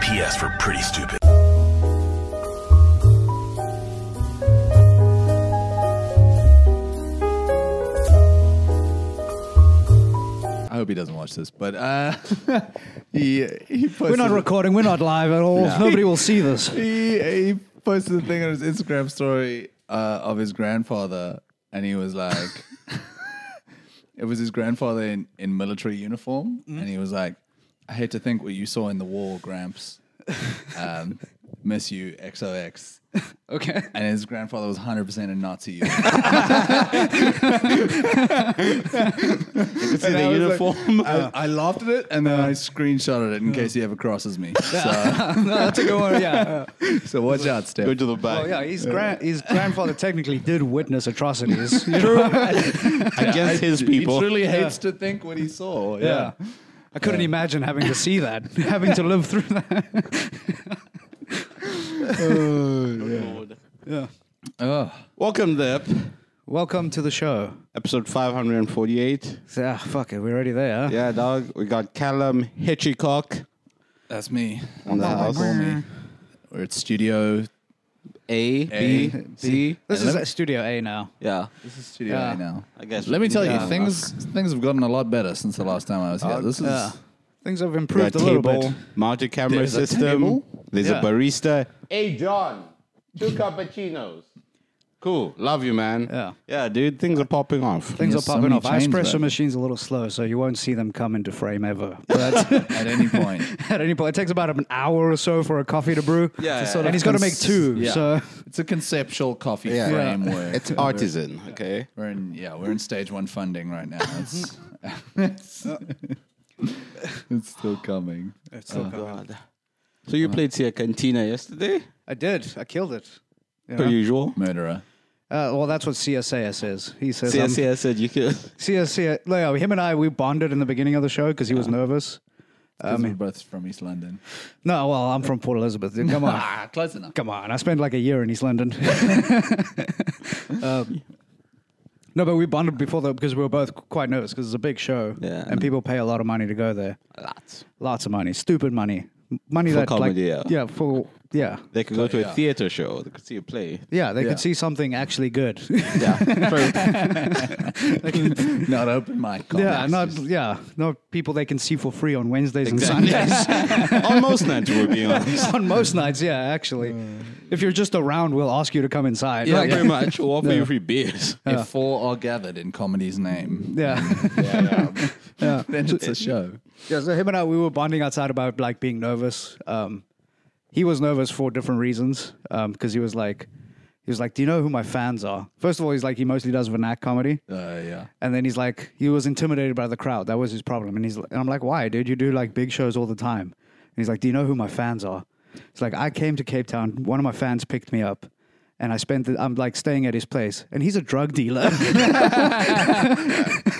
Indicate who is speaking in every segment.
Speaker 1: PS for pretty stupid.
Speaker 2: I hope he doesn't watch this, but uh, he he posted,
Speaker 3: We're not recording. We're not live at all.
Speaker 2: Yeah.
Speaker 3: Nobody will see this.
Speaker 2: he, he posted a thing on his Instagram story uh, of his grandfather, and he was like, it was his grandfather in, in military uniform,
Speaker 3: Mm-hmm.
Speaker 2: and he was like, I hate to think what you saw in the war, Gramps. Um, miss you, XOX.
Speaker 3: Okay.
Speaker 2: And his grandfather was 100% a Nazi. you
Speaker 4: It's in the uniform.
Speaker 2: I, I laughed at it and then I screenshotted it in case he ever crosses me.
Speaker 3: no, that's a good one. Yeah.
Speaker 2: So, so watch out, Steph.
Speaker 4: Go to the back.
Speaker 3: Oh, yeah. His, gran- his grandfather technically did witness atrocities. You know?
Speaker 4: Against his people.
Speaker 2: He truly hates to think what he saw.
Speaker 3: Yeah.
Speaker 2: Yeah.
Speaker 3: I couldn't imagine having to see that, having to live through that. Yeah.
Speaker 2: Oh.
Speaker 4: Welcome, Dip.
Speaker 3: Welcome to the show.
Speaker 4: Episode 548.
Speaker 3: Ah, fuck it. We're already there.
Speaker 4: Yeah, dog. We got Callum Hitchcock
Speaker 2: That's me.
Speaker 4: on the house.
Speaker 2: Call me. We're at Studio
Speaker 4: A,
Speaker 2: A,
Speaker 4: B, C.
Speaker 3: This is at Studio A now.
Speaker 4: Yeah.
Speaker 2: Studio
Speaker 3: Yeah.
Speaker 2: A now.
Speaker 4: I guess.
Speaker 2: Let me tell
Speaker 4: Yeah.
Speaker 2: you, things things have gotten a lot better since the last time I was here. This is
Speaker 3: Yeah. Things have
Speaker 4: We got
Speaker 3: improved a little
Speaker 4: table,
Speaker 3: bit.
Speaker 4: mounted camera
Speaker 2: There's a
Speaker 4: system.
Speaker 2: table?
Speaker 4: There's
Speaker 3: Yeah.
Speaker 4: a barista. Hey, John. Two cappuccinos. Cool. Love you, man.
Speaker 3: Yeah.
Speaker 4: Yeah, dude. Things are popping off.
Speaker 3: Things
Speaker 2: There's
Speaker 3: are
Speaker 2: so
Speaker 3: popping
Speaker 2: many
Speaker 3: off. Our
Speaker 2: chains,
Speaker 3: espresso
Speaker 2: bro.
Speaker 3: machine's a little slow, so you won't see them come into frame ever. But
Speaker 2: at any point.
Speaker 3: at any point. It takes about an hour or so for a coffee to brew. It's
Speaker 4: Yeah,
Speaker 3: a
Speaker 4: yeah,
Speaker 3: sort
Speaker 4: yeah.
Speaker 3: of and he's got to make
Speaker 2: cons-
Speaker 3: two.
Speaker 2: yeah.
Speaker 3: So
Speaker 2: It's a conceptual coffee
Speaker 4: Yeah.
Speaker 2: framework.
Speaker 4: It's artisan, okay?
Speaker 2: We're in yeah, we're in stage one funding right now. It's it's still coming.
Speaker 4: Oh, God. So you played Sia Cantina yesterday,
Speaker 3: I did. I killed it. You
Speaker 4: per
Speaker 3: know?
Speaker 4: usual.
Speaker 2: Murderer.
Speaker 3: Uh, well, that's what CSA says. He says
Speaker 4: Sia
Speaker 3: um,
Speaker 4: Sia said you could.
Speaker 3: CSA. Leo, him and I, we bonded in the beginning of the show because he was nervous.
Speaker 2: 'Cause
Speaker 3: Um,
Speaker 2: we're both from East London.
Speaker 3: No, well, I'm from Port Elizabeth. dude. Come on.
Speaker 2: Ah, close enough.
Speaker 3: Come on. I spent like a year in East London. Um, no, but we bonded before that because we were both quite nervous because it's a big show
Speaker 4: Yeah.
Speaker 3: and people pay a lot of money to go there.
Speaker 4: Lots.
Speaker 3: Lots of money. Stupid money. M- Money
Speaker 4: For
Speaker 3: that
Speaker 4: comedy, yeah.
Speaker 3: like yeah. for yeah.
Speaker 4: They could go to
Speaker 2: yeah.
Speaker 4: a theater show. They could see a play.
Speaker 3: Yeah, they
Speaker 2: Yeah.
Speaker 3: could see something actually good.
Speaker 4: Yeah.
Speaker 2: Not open mic.
Speaker 3: yeah,
Speaker 2: comics,
Speaker 3: not
Speaker 2: just-
Speaker 3: yeah, not people they can see for free on Wednesdays and Sundays.
Speaker 4: on most nights, we're being honest.
Speaker 3: on most nights, yeah, actually. if you're just around, we'll ask you to come inside.
Speaker 4: Uh. Yeah,
Speaker 3: Like,
Speaker 4: pretty much. We'll offer you free beers.
Speaker 3: Uh.
Speaker 2: If four are gathered in comedy's name,
Speaker 3: yeah. Uh.
Speaker 2: then it's a show.
Speaker 3: Yeah, so him and I, we were bonding outside about like being nervous. Um, he was nervous for different reasons because he was like, he was like, "Do you know who my fans are?" First of all, he's like, he mostly does vernac comedy,
Speaker 2: Uh, yeah.
Speaker 3: and then he's like, he was intimidated by the crowd. That was his problem, and he's and I'm like, "Why, dude? You do like big shows all the time." And he's like, "Do you know who my fans are?" It's like I came to Cape Town. One of my fans picked me up. And I spent, the, I'm like staying at his place, and he's a drug dealer.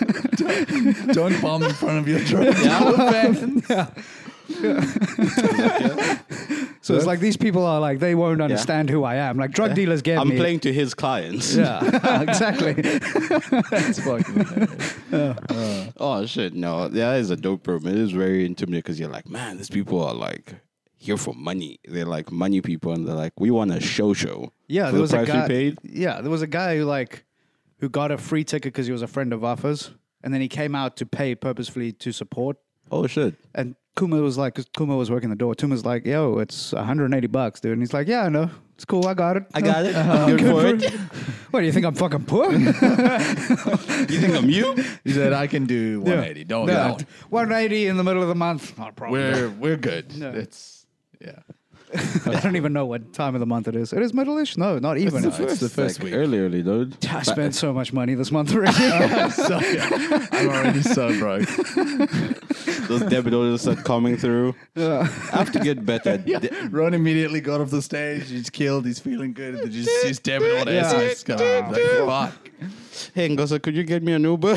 Speaker 2: Don't bomb in front of your drug dealer fans.
Speaker 3: so it's like these people are like, they won't understand who I am. Like, drug dealers get
Speaker 4: I'm
Speaker 3: me.
Speaker 4: playing to his clients.
Speaker 3: Yeah, exactly.
Speaker 2: That's fucking hilarious.
Speaker 4: Oh, shit. No, that is a dope program. It is very intimidating because you're like, man, these people are like here for money. They're like money people and they're like, we want a show show.
Speaker 3: Yeah,
Speaker 4: for
Speaker 3: there
Speaker 4: the
Speaker 3: was
Speaker 4: price
Speaker 3: a guy.
Speaker 4: we paid.
Speaker 3: Yeah, there was a guy who like who got a free ticket because he was a friend of Arthur's, and then he came out to pay purposefully to support.
Speaker 4: Oh, shit.
Speaker 3: And Kuma was like, because Kuma was working the door. Tuma's like, "Yo, it's 180 bucks, dude." And he's like, "Yeah, I know. It's cool. I got it.
Speaker 4: I got it. I'm good for it.
Speaker 3: What do you think? I'm fucking poor?
Speaker 4: You think I'm you?
Speaker 2: He said, "I can do 180. Don't
Speaker 3: No,
Speaker 2: don't.
Speaker 3: 180 in the middle of the month. Not a problem.
Speaker 2: We're we're good. It's yeah.
Speaker 3: I don't even know what time of the month it is. It is middle-ish. No, not even.
Speaker 2: the first- It's
Speaker 4: like
Speaker 2: week.
Speaker 4: Early, early, dude.
Speaker 3: I spent so much money this month already.
Speaker 2: So, yeah. I'm already so broke.
Speaker 4: Those debit orders start coming through. I have to get better. at de-
Speaker 2: Ron immediately got off the stage. He's killed. He's feeling good. And just, just damn it, all the
Speaker 3: Yeah.
Speaker 2: ass Like, fuck.
Speaker 4: Hey, Ngosa, could you get me an Uber?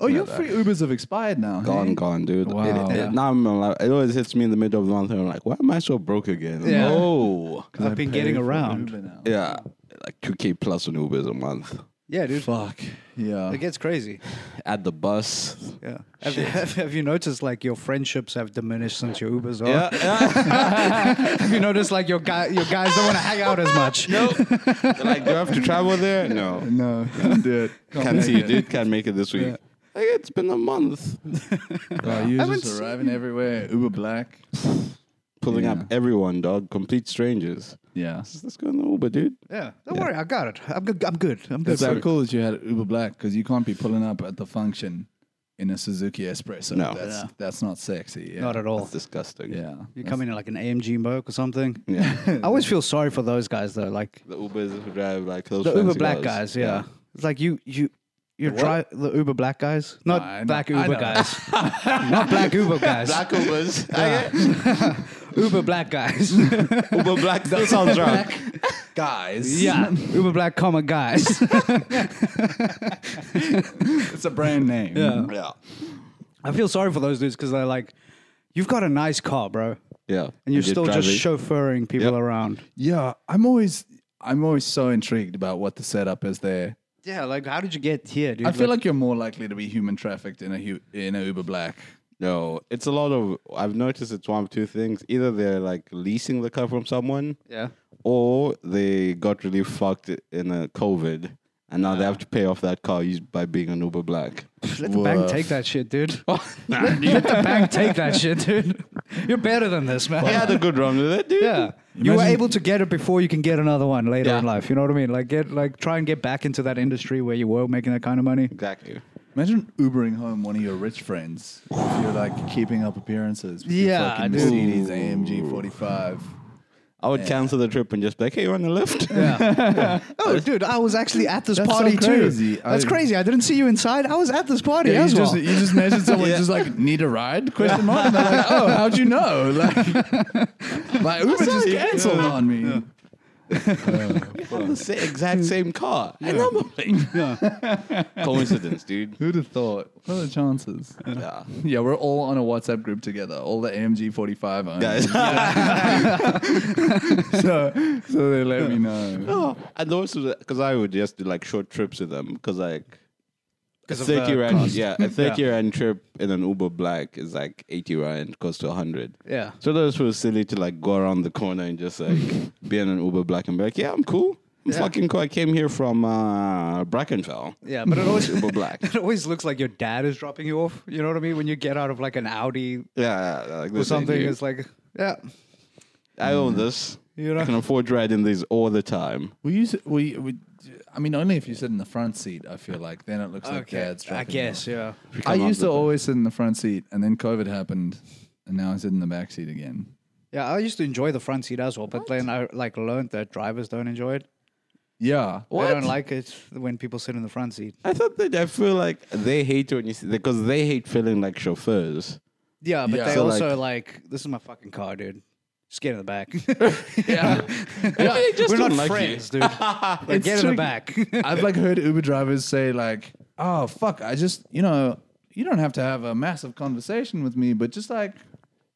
Speaker 2: Oh, your free Ubers have expired now.
Speaker 4: gone, gone, dude.
Speaker 2: Wow.
Speaker 4: It- it-
Speaker 2: Yeah.
Speaker 4: now I'm like, it always hits me in the middle of the month. And I'm like, why am I so broke again? I'm
Speaker 3: Yeah.
Speaker 4: like, Oh,
Speaker 3: I've been getting around.
Speaker 4: yeah, like 2K plus on Ubers a month.
Speaker 3: Yeah, dude.
Speaker 2: Fuck. Yeah.
Speaker 3: It gets crazy.
Speaker 4: At the bus.
Speaker 3: Yeah. Have you, have, have you noticed like your friendships have diminished since your Ubers are?
Speaker 4: Yeah. yeah.
Speaker 3: have you noticed like your guy your guys don't want to hang out as much?
Speaker 4: no. They're like, do I have to travel there? No.
Speaker 2: no, can't do it.
Speaker 4: Can't
Speaker 2: make
Speaker 4: see you,
Speaker 2: it.
Speaker 4: dude. Can't make it this week.
Speaker 2: Yeah.
Speaker 4: Like, it's been a month.
Speaker 2: Bro, you
Speaker 3: Haven't
Speaker 2: just arriving everywhere. Uber Black.
Speaker 4: Pulling
Speaker 2: Yeah.
Speaker 4: up everyone, dog. Complete strangers.
Speaker 2: Yeah.
Speaker 4: Just, Let's go in the Uber, dude.
Speaker 3: Yeah. Don't worry, I got it. I'm good. I'm good. I'm good.
Speaker 2: That's so cool that you had Uber Black because you can't be pulling up at the function in a Suzuki Espresso.
Speaker 4: No.
Speaker 2: that's,
Speaker 3: Yeah.
Speaker 2: that's not sexy. Yeah.
Speaker 3: Not at all.
Speaker 4: That's disgusting.
Speaker 2: yeah,
Speaker 3: You come in in, like an AMG Merc or something.
Speaker 4: Yeah.
Speaker 3: I always feel sorry for those guys though. Like
Speaker 4: the Ubers who drive like those
Speaker 3: the Uber
Speaker 4: fancy
Speaker 3: black guys. Yeah. It's like you you you
Speaker 4: what?
Speaker 3: try the Uber black guys, not
Speaker 2: I know-
Speaker 3: black
Speaker 2: I
Speaker 3: Uber
Speaker 2: know.
Speaker 3: guys, not black Uber guys,
Speaker 4: Black Ubers.
Speaker 3: Uber black guys.
Speaker 4: Uber black. That sounds wrong.
Speaker 2: guys.
Speaker 3: yeah, Uber black comma guys.
Speaker 2: it's a brand name.
Speaker 3: Yeah.
Speaker 4: Yeah.
Speaker 3: I feel sorry for those dudes because they're like, you've got a nice car, bro, and
Speaker 4: Yeah.
Speaker 3: you're, still just
Speaker 4: driving.
Speaker 3: chauffeuring people
Speaker 4: Yep.
Speaker 3: around.
Speaker 2: yeah. I'm always, I'm always so intrigued about what the setup is there.
Speaker 3: Yeah, like how did you get here, dude?
Speaker 2: I feel like you're more likely to be human trafficked in a hu- in a Uber Black.
Speaker 4: No, it's a lot of. I've noticed it's one of two things. Either they're like leasing the car from someone,
Speaker 3: yeah.
Speaker 4: or they got really fucked in a COVID, and now they have to pay off that car used by being an Uber Black.
Speaker 3: Let the bank
Speaker 2: Woof.
Speaker 3: take that shit, dude. Let the bank take that shit, dude. You're better than this, man.
Speaker 4: He had a good run with it, dude.
Speaker 3: Yeah. You were
Speaker 2: Imagine-
Speaker 3: able to get it before you can get another one later
Speaker 4: Yeah.
Speaker 3: in life. You know what I mean? Like get like try and get back into that industry where you were making that kind of money.
Speaker 4: Exactly.
Speaker 2: Imagine Ubering home one of your rich friends. You're like keeping up appearances. With
Speaker 3: Yeah,
Speaker 2: your fucking
Speaker 3: dude.
Speaker 2: Mercedes AMG 45.
Speaker 4: I would cancel the trip and just be like, hey, you want a lift?
Speaker 3: Yeah. oh, dude, I was actually at this
Speaker 2: That's so
Speaker 3: party
Speaker 2: crazy.
Speaker 3: too. That's
Speaker 2: I-
Speaker 3: crazy. I didn't see you inside. I was at this party as
Speaker 2: you
Speaker 3: well.
Speaker 2: just you just mentioned someone
Speaker 4: Yeah.
Speaker 2: just like need a ride question mark. And they're like, oh, how'd you know? Like, my Uber just
Speaker 4: you.
Speaker 2: cancelled on me.
Speaker 4: We have the sa- exact same car. And I'm like, coincidence, dude.
Speaker 2: Who'd have thought? What are the chances?
Speaker 4: Yeah.
Speaker 2: Yeah, we're all on a WhatsApp group together. All the AMG 45 owners.
Speaker 4: Guys.
Speaker 2: so, so they let me know.
Speaker 4: Oh, and also because I would just do like short trips with them because like a
Speaker 3: 'Cause of
Speaker 4: thirty
Speaker 3: the
Speaker 4: rand,
Speaker 3: cost.
Speaker 4: yeah, a thirty rand trip in an Uber Black is like eighty rand, close to hundred.
Speaker 3: Yeah.
Speaker 4: So that was silly to like go around the corner and just like be in an Uber Black and be like, yeah, I'm cool. I'm fucking cool. I came here from uh, Brackenfell.
Speaker 3: Yeah, but it always
Speaker 4: Uber Black.
Speaker 3: it always looks like your dad is dropping you off. You know what I mean? When you get out of like an Audi
Speaker 4: Yeah, yeah, like
Speaker 3: or
Speaker 4: this
Speaker 3: something,
Speaker 4: idea.
Speaker 3: it's like yeah.
Speaker 4: I own this.
Speaker 3: You know?
Speaker 4: I can afford riding these all the time.
Speaker 2: We use we, we I mean, only if you sit in the front seat. I feel like then it looks like dad's.
Speaker 3: I
Speaker 2: dropping you
Speaker 3: guess, yeah.
Speaker 2: off. I used to always sit in the front seat, and then COVID happened, and now I sit in the back seat again.
Speaker 3: Yeah, I used to enjoy the front seat as well, but then I like learned that drivers don't enjoy it.
Speaker 2: Yeah,
Speaker 3: They don't like it when people sit in the front seat.
Speaker 4: I thought that I feel like they hate when you see because they hate feeling like chauffeurs.
Speaker 3: Yeah, but
Speaker 2: Yeah.
Speaker 3: they
Speaker 4: So,
Speaker 3: also like, this is my fucking car, dude. Just get in the back.
Speaker 2: yeah.
Speaker 4: They just
Speaker 3: We're not
Speaker 4: don't like you.
Speaker 3: friends, dude. Like,
Speaker 2: It's
Speaker 3: get in the
Speaker 2: tricky.
Speaker 3: back.
Speaker 2: I've like heard Uber drivers say like, "Oh fuck, I just you know you don't have to have a massive conversation with me, but just like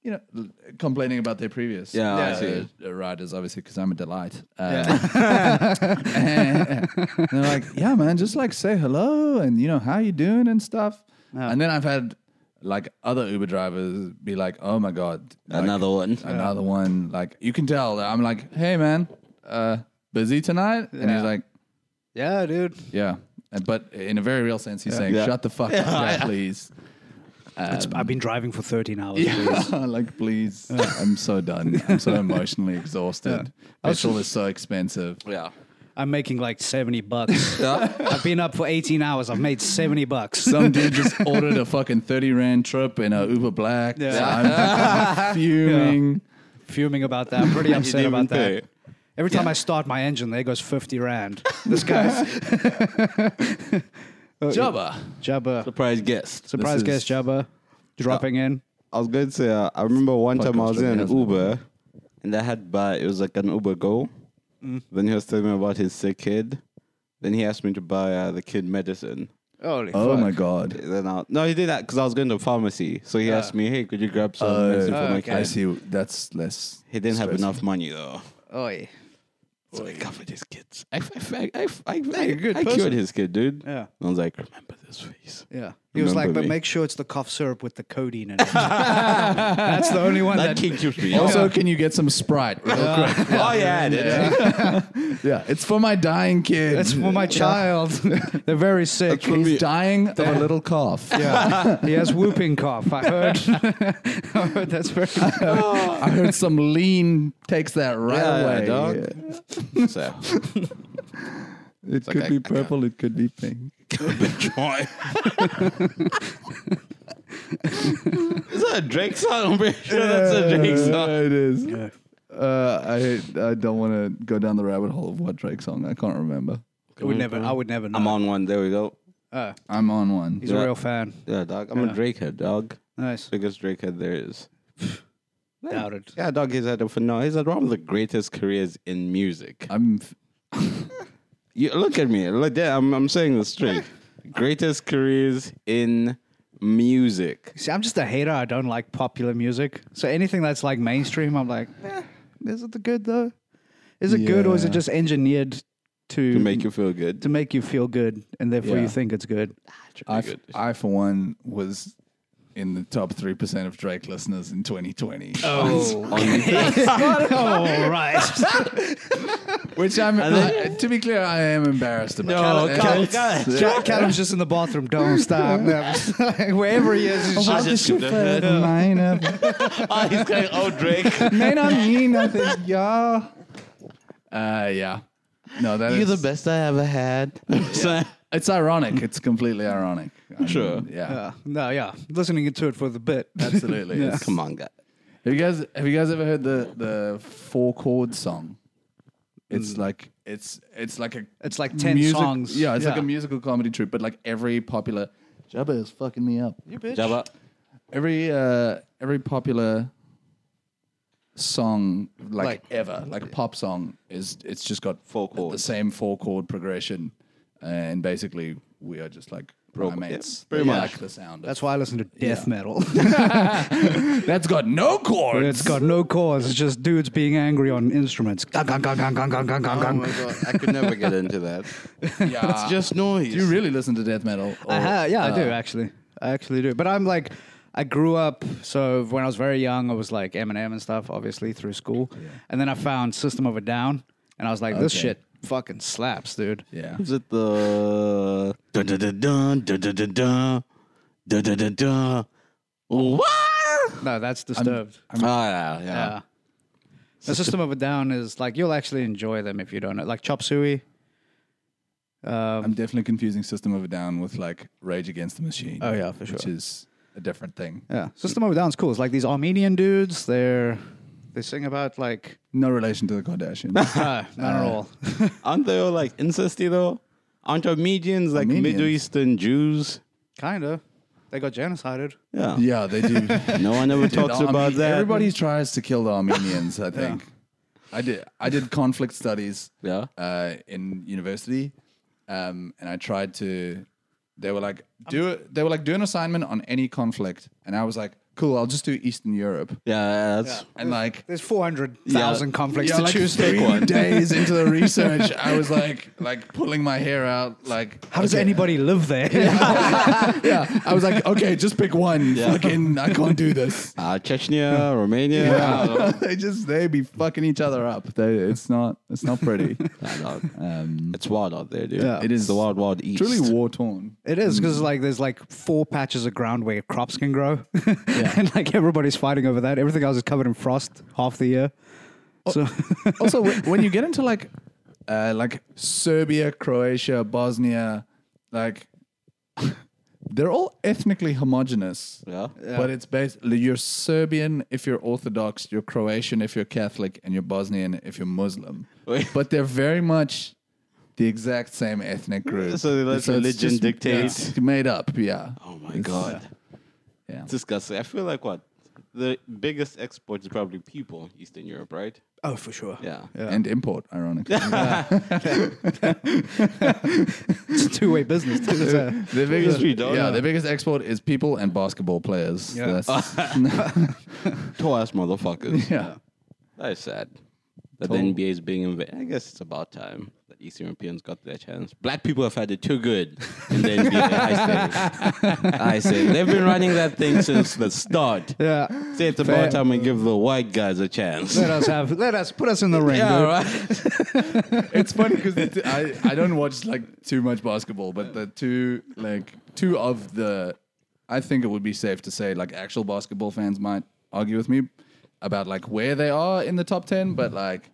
Speaker 2: you know l- complaining about their previous
Speaker 4: Yeah, I
Speaker 2: uh,
Speaker 4: see.
Speaker 2: uh, riders obviously because I'm a delight. Uh, and they're like, yeah, man, just like say hello and you know how you doing and stuff. And then I've had like other Uber drivers be like, "Oh my god, like,
Speaker 4: Another one.
Speaker 2: another one." Like you can tell that I'm like, "Hey, man, uh, busy tonight," and he's like.
Speaker 3: yeah, dude.
Speaker 2: Yeah. And, but in a very real sense, he's saying,
Speaker 4: Yeah.
Speaker 2: shut the fuck up, yeah, please.
Speaker 3: It's, I've been driving for 13 hours. dude.
Speaker 2: like, please. I'm so done. I'm so emotionally exhausted. Petrol is so expensive.
Speaker 4: Yeah.
Speaker 3: I'm making like 70 bucks. I've been up for 18 hours. I've made 70 bucks.
Speaker 2: Some dude just ordered a fucking 30 Rand trip in a Uber Black.
Speaker 3: Yeah.
Speaker 2: So I'm fuming.
Speaker 3: Fuming about that. I'm pretty upset
Speaker 4: didn't
Speaker 3: about
Speaker 4: pay.
Speaker 3: that. Every time I start my engine, there goes 50 Rand. This guy's
Speaker 2: Jabba.
Speaker 3: Jabba.
Speaker 4: Surprise guest.
Speaker 3: Surprise
Speaker 2: This
Speaker 3: guest Jabba dropping in.
Speaker 4: I was going to say, uh, I remember one time I was in an
Speaker 2: Australia
Speaker 4: Uber and I had buy, it was like an Uber Go.
Speaker 3: Mm.
Speaker 4: Then he was telling me about his sick kid. Then he asked me to buy uh, the kid medicine.
Speaker 3: Holy
Speaker 2: Oh
Speaker 3: fuck.
Speaker 2: my God.
Speaker 4: Then I, no, he did that because I was going to pharmacy. So he asked me, hey, could you grab some
Speaker 2: Uh,
Speaker 4: medicine for my
Speaker 3: okay.
Speaker 4: kid?
Speaker 2: I see. That's less.
Speaker 4: He didn't have enough money though.
Speaker 3: Oi.
Speaker 4: So I covered his kids. I, I, I, I, I,
Speaker 3: a good
Speaker 4: I
Speaker 3: person.
Speaker 4: cured his kid, dude.
Speaker 3: Yeah.
Speaker 4: I was like, remember this face.
Speaker 3: Yeah. He was like,
Speaker 4: Remember
Speaker 3: but
Speaker 4: me.
Speaker 3: make sure it's the cough syrup with the codeine in it. That's the only one that.
Speaker 4: That kid keeps me.
Speaker 2: Also, can you get some Sprite?
Speaker 4: oh yeah, dude.
Speaker 2: yeah, it's for my dying kid.
Speaker 3: That's for my child. They're very sick.
Speaker 4: for me.
Speaker 3: He's-
Speaker 2: He's dying of a little cough.
Speaker 3: yeah. He has whooping cough. I heard. I heard that's very.
Speaker 2: I heard some lean takes that right
Speaker 4: Yeah, yeah,
Speaker 2: away.
Speaker 4: dog.
Speaker 2: Yeah.
Speaker 4: So,
Speaker 2: It could
Speaker 4: I- I
Speaker 2: be
Speaker 4: can't.
Speaker 2: purple. It could be pink.
Speaker 4: good joy. Is that a Drake song? I'm pretty sure that's a Drake song.
Speaker 2: it is. Uh, I I don't want to go down the rabbit hole of what Drake song. I can't remember.
Speaker 3: I would never. I would never. Know.
Speaker 4: I'm on one. There we go.
Speaker 3: Uh,
Speaker 2: I'm on one.
Speaker 3: he's a
Speaker 4: Yeah.
Speaker 3: real fan.
Speaker 4: Yeah, dog. I'm a Drake head, dog.
Speaker 3: Nice.
Speaker 4: Biggest Drake head there is.
Speaker 3: Doubted.
Speaker 4: Yeah, dog. He's had a phenomenal. He's had one of the greatest careers in music.
Speaker 2: I'm f-
Speaker 4: Uh, You look at me. Look, yeah, I'm I'm saying this straight. Greatest careers in music.
Speaker 3: See, I'm just a hater. I don't like popular music. So anything that's like mainstream, I'm like, eh, is it the good though? Is it good or is it
Speaker 2: Yeah.
Speaker 3: just engineered to
Speaker 4: To make you feel good.
Speaker 3: to make you feel good and therefore
Speaker 2: Yeah.
Speaker 3: you think it's good?
Speaker 2: I,
Speaker 4: Pretty
Speaker 2: f- I for one was in the top three percent of Drake listeners in 2020,
Speaker 3: oh right.
Speaker 2: which I'm I- to be clear, I am embarrassed about.
Speaker 4: No,
Speaker 2: Uh,
Speaker 4: come
Speaker 2: it's-
Speaker 4: on.
Speaker 3: Jack Callum's just in the bathroom. Don't stop. Wherever he is, he's
Speaker 4: I
Speaker 3: just
Speaker 4: just should have heard.
Speaker 2: Mine up.
Speaker 4: Oh, he's going, oh, Drake.
Speaker 2: may not mean nothing, y'all. Uh, yeah. No, that is-
Speaker 4: best I ever had.
Speaker 2: It's ironic. It's completely ironic. I mean,
Speaker 4: Sure.
Speaker 2: yeah.
Speaker 3: Uh, no, yeah, listening to it for the bit.
Speaker 2: Absolutely. It's-
Speaker 4: Come on, guy.
Speaker 2: Have you guys have you guys ever heard the the four chord song? It's like Mm. it's it's like a
Speaker 3: It's like 10
Speaker 2: music-
Speaker 3: songs.
Speaker 2: Yeah, it's like a
Speaker 3: Yeah.
Speaker 2: musical comedy troupe, but like every popular Jabba is fucking me up.
Speaker 4: Jabba.
Speaker 2: Every uh every popular song like, ever, like a pop song is it's just got
Speaker 4: Four
Speaker 2: the- the
Speaker 4: chords.
Speaker 2: same four chord progression and basically we are just like
Speaker 4: Rob- yeah,
Speaker 2: primates.
Speaker 4: pretty
Speaker 2: that
Speaker 4: much.
Speaker 2: like the sound. That's
Speaker 3: That's why I listen to death metal.
Speaker 2: that's got no chords.
Speaker 3: it's got no cause. It's just dudes being angry on instruments. Gung, gung, gung, gung, gung, gung, gung, gung,
Speaker 4: Oh
Speaker 3: gung.
Speaker 4: my God. I could never get into that.
Speaker 2: yeah.
Speaker 4: It's just noise.
Speaker 2: Do you really listen to death metal?
Speaker 3: I
Speaker 2: or-
Speaker 3: ha- yeah, I do
Speaker 2: Oh, uh,
Speaker 3: actually. I actually do. But I'm like, I grew up. So when I was very young, I was like Eminem and stuff, obviously through school. And then I found System of a Down, and I was like, this
Speaker 2: Okay.
Speaker 3: shit fucking slaps, dude.
Speaker 2: Yeah.
Speaker 4: Is it the dun dun dun dun dun dun dun dun dun dun dun dun? What?
Speaker 3: No, that's disturbed.
Speaker 4: Oh yeah, yeah.
Speaker 3: yeah. The System of a Down is like you'll actually enjoy them if you don't know, like Chop Suey. Um,
Speaker 2: I'm definitely confusing System of a Down with like Rage Against the Machine.
Speaker 3: Oh, yeah, for
Speaker 2: Which
Speaker 3: sure.
Speaker 2: is a different thing.
Speaker 3: yeah, System of a Down's cool. It's like these Armenian dudes. They're they sing about like
Speaker 2: No relation to the Kardashians.
Speaker 3: uh, not at all.
Speaker 4: Aren't they all like incesty though? Aren't Armenians like
Speaker 2: Armenians.
Speaker 4: Middle Eastern Jews?
Speaker 3: Kinda. They got genocided.
Speaker 4: Yeah.
Speaker 2: yeah, they do.
Speaker 4: No one ever talks
Speaker 2: The
Speaker 4: about
Speaker 2: Arme-
Speaker 4: that.
Speaker 2: Everybody tries to kill the Armenians. I think. I did. I did conflict studies.
Speaker 4: Yeah.
Speaker 2: Uh, in university, um, and I tried to. They were like, do it. They were like, do an assignment on any conflict, and I was like, cool. I'll just do Eastern Europe.
Speaker 4: Yeah, that's
Speaker 2: And like,
Speaker 3: There's 400,000 conflicts
Speaker 2: Yeah,
Speaker 3: to
Speaker 2: like
Speaker 3: choose
Speaker 2: three
Speaker 3: from.
Speaker 2: days into the research, I was like, like pulling my hair out. Like,
Speaker 3: How does
Speaker 2: okay.
Speaker 3: anybody live there?
Speaker 2: Yeah, I was like, okay, just pick one.
Speaker 4: Yeah.
Speaker 2: Fucking, I can't do this.
Speaker 4: uh, Chechnya, Romania.
Speaker 2: they just they be fucking each other up. They, it's not it's not pretty.
Speaker 4: Yeah, dog. Um, it's wild out there, dude.
Speaker 3: Yeah.
Speaker 4: It is the wild, wild east.
Speaker 2: Truly war torn.
Speaker 3: it is because like there's like four patches of ground where crops can grow, and like everybody's fighting over that. Everything else is covered in frost half the year. So
Speaker 2: Also, wh- when you get into like uh, like Serbia, Croatia, Bosnia, like they're all ethnically homogenous.
Speaker 4: Yeah.
Speaker 2: But it's based. You're Serbian if you're Orthodox. You're Croatian if you're Catholic, and you're Bosnian if you're Muslim.
Speaker 4: Wait.
Speaker 2: But they're very much the exact same ethnic group.
Speaker 4: So they let
Speaker 2: it's
Speaker 4: religion dictate.
Speaker 2: it's made up. Yeah.
Speaker 4: Oh my god.
Speaker 2: Yeah.
Speaker 4: It's disgusting. I feel like what the biggest export is probably people, Eastern Europe, right?
Speaker 3: oh, for sure,
Speaker 4: Yeah.
Speaker 2: And import, ironically.
Speaker 3: it's a two-way business. too. It's a-
Speaker 2: Their biggest,
Speaker 4: Industry, dog.
Speaker 2: yeah, their biggest export is people and basketball players.
Speaker 3: Yeah.
Speaker 2: That's,
Speaker 4: Tall ass motherfuckers.
Speaker 2: yeah.
Speaker 4: That is sad. that the NBA is being invented. I guess it's about time that East Europeans got their chance. Black people have had it too good in the NBA. I say, I say, they've been running that thing since the start.
Speaker 3: Yeah.
Speaker 4: Say it's about time we give the white guys a chance.
Speaker 3: Let us have. Let us put us in the ring.
Speaker 4: Yeah,
Speaker 3: dude.
Speaker 4: right.
Speaker 2: It's funny because I I don't watch like too much basketball, but the two like two of the I think it would be safe to say like actual basketball fans might argue with me about like where they are in the top ten, but like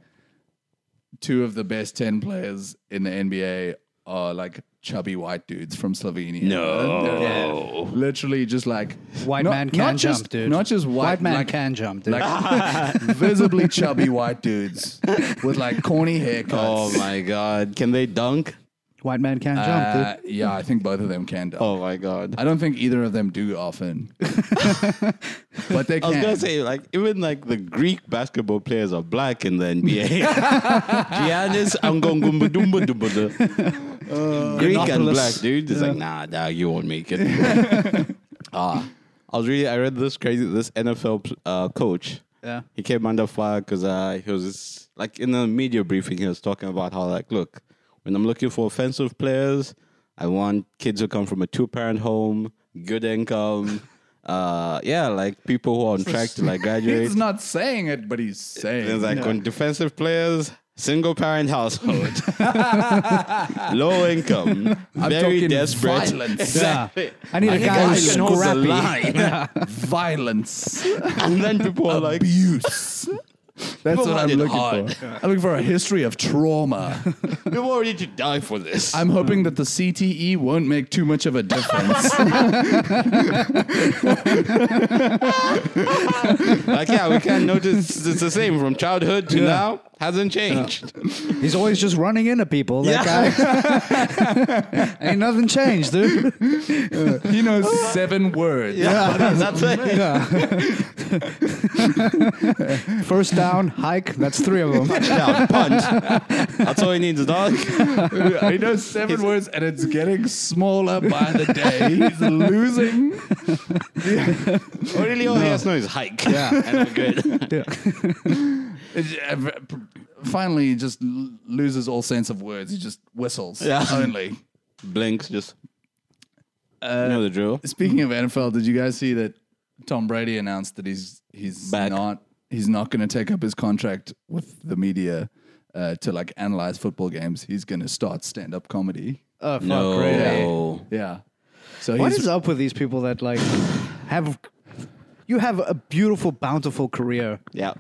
Speaker 2: two of the best ten players in the NBA are like chubby white dudes from Slovenia.
Speaker 4: No.
Speaker 2: Yeah. literally just like
Speaker 3: White
Speaker 2: not-
Speaker 3: man can
Speaker 2: not
Speaker 3: jump,
Speaker 2: just,
Speaker 3: dude.
Speaker 2: Not just white,
Speaker 3: White, man
Speaker 2: like,
Speaker 3: can jump, dude.
Speaker 2: like visibly chubby white dudes with like corny haircuts.
Speaker 4: Oh my God. Can they dunk?
Speaker 3: white man can jump, dude.
Speaker 2: Uh, yeah, I think both of them can. dunk.
Speaker 4: Oh my God.
Speaker 2: I don't think either of them do often, but they
Speaker 4: I
Speaker 2: can.
Speaker 4: was gonna say, like, even like the Greek basketball players are black in the NBA. Giannis Antetokounmpo, Greek and
Speaker 3: Anopoulos.
Speaker 4: black, dude. It's like, nah, nah, you won't make it. ah, I was really, I read this crazy, this NFL pl- uh, coach.
Speaker 3: Yeah.
Speaker 4: he came under fire because uh, he was just, like in the media briefing. He was talking about how, like, look, when I'm looking for offensive players, I want kids who come from a two-parent home, good income. Uh, yeah, like people who are on track to like graduate.
Speaker 2: he's not saying it, but he's saying.
Speaker 4: It's like on defensive players, single parent household, low income,
Speaker 2: I'm
Speaker 4: very
Speaker 2: talking
Speaker 4: desperate.
Speaker 2: violence.
Speaker 4: Exactly.
Speaker 3: I need a guy
Speaker 4: I
Speaker 3: who's
Speaker 4: can hold the
Speaker 3: scrappy.
Speaker 4: line.
Speaker 2: Violence,
Speaker 4: and then people are like,
Speaker 2: abuse. That's
Speaker 4: People
Speaker 2: what I'm
Speaker 4: want it
Speaker 2: looking
Speaker 4: hard.
Speaker 2: for. I'm looking for a history of trauma.
Speaker 4: people are ready to die for this.
Speaker 2: I'm hoping that the CTE won't make too much of a difference.
Speaker 4: like, yeah, we can't notice it's the same from childhood to now. Hasn't changed.
Speaker 3: He's always just running into people. That guy. Ain't nothing changed, dude.
Speaker 2: he knows seven words.
Speaker 4: That's it.
Speaker 3: First down, hike. That's three of them.
Speaker 4: Yeah, punch. That's all he needs, dog.
Speaker 2: he knows seven words, and it's getting smaller by the day. He's losing.
Speaker 4: Really, all he has to know is hike. Yeah, and we're good.
Speaker 2: uh, Finally, he just l- loses all sense of words. He just whistles
Speaker 4: Yeah.
Speaker 2: only.
Speaker 4: Blinks, just. you
Speaker 2: Uh,
Speaker 4: know the drill.
Speaker 2: Speaking of NFL, did you guys see that Tom Brady announced that he's he's
Speaker 4: Back.
Speaker 2: not he's not going to take up his contract with the media uh, to like analyze football games. He's going to start stand up comedy.
Speaker 3: Oh, fuck,
Speaker 4: No.
Speaker 2: Yeah. So
Speaker 3: What
Speaker 2: he's
Speaker 3: is up with these people that like have? You have a beautiful, bountiful career.
Speaker 4: Yeah.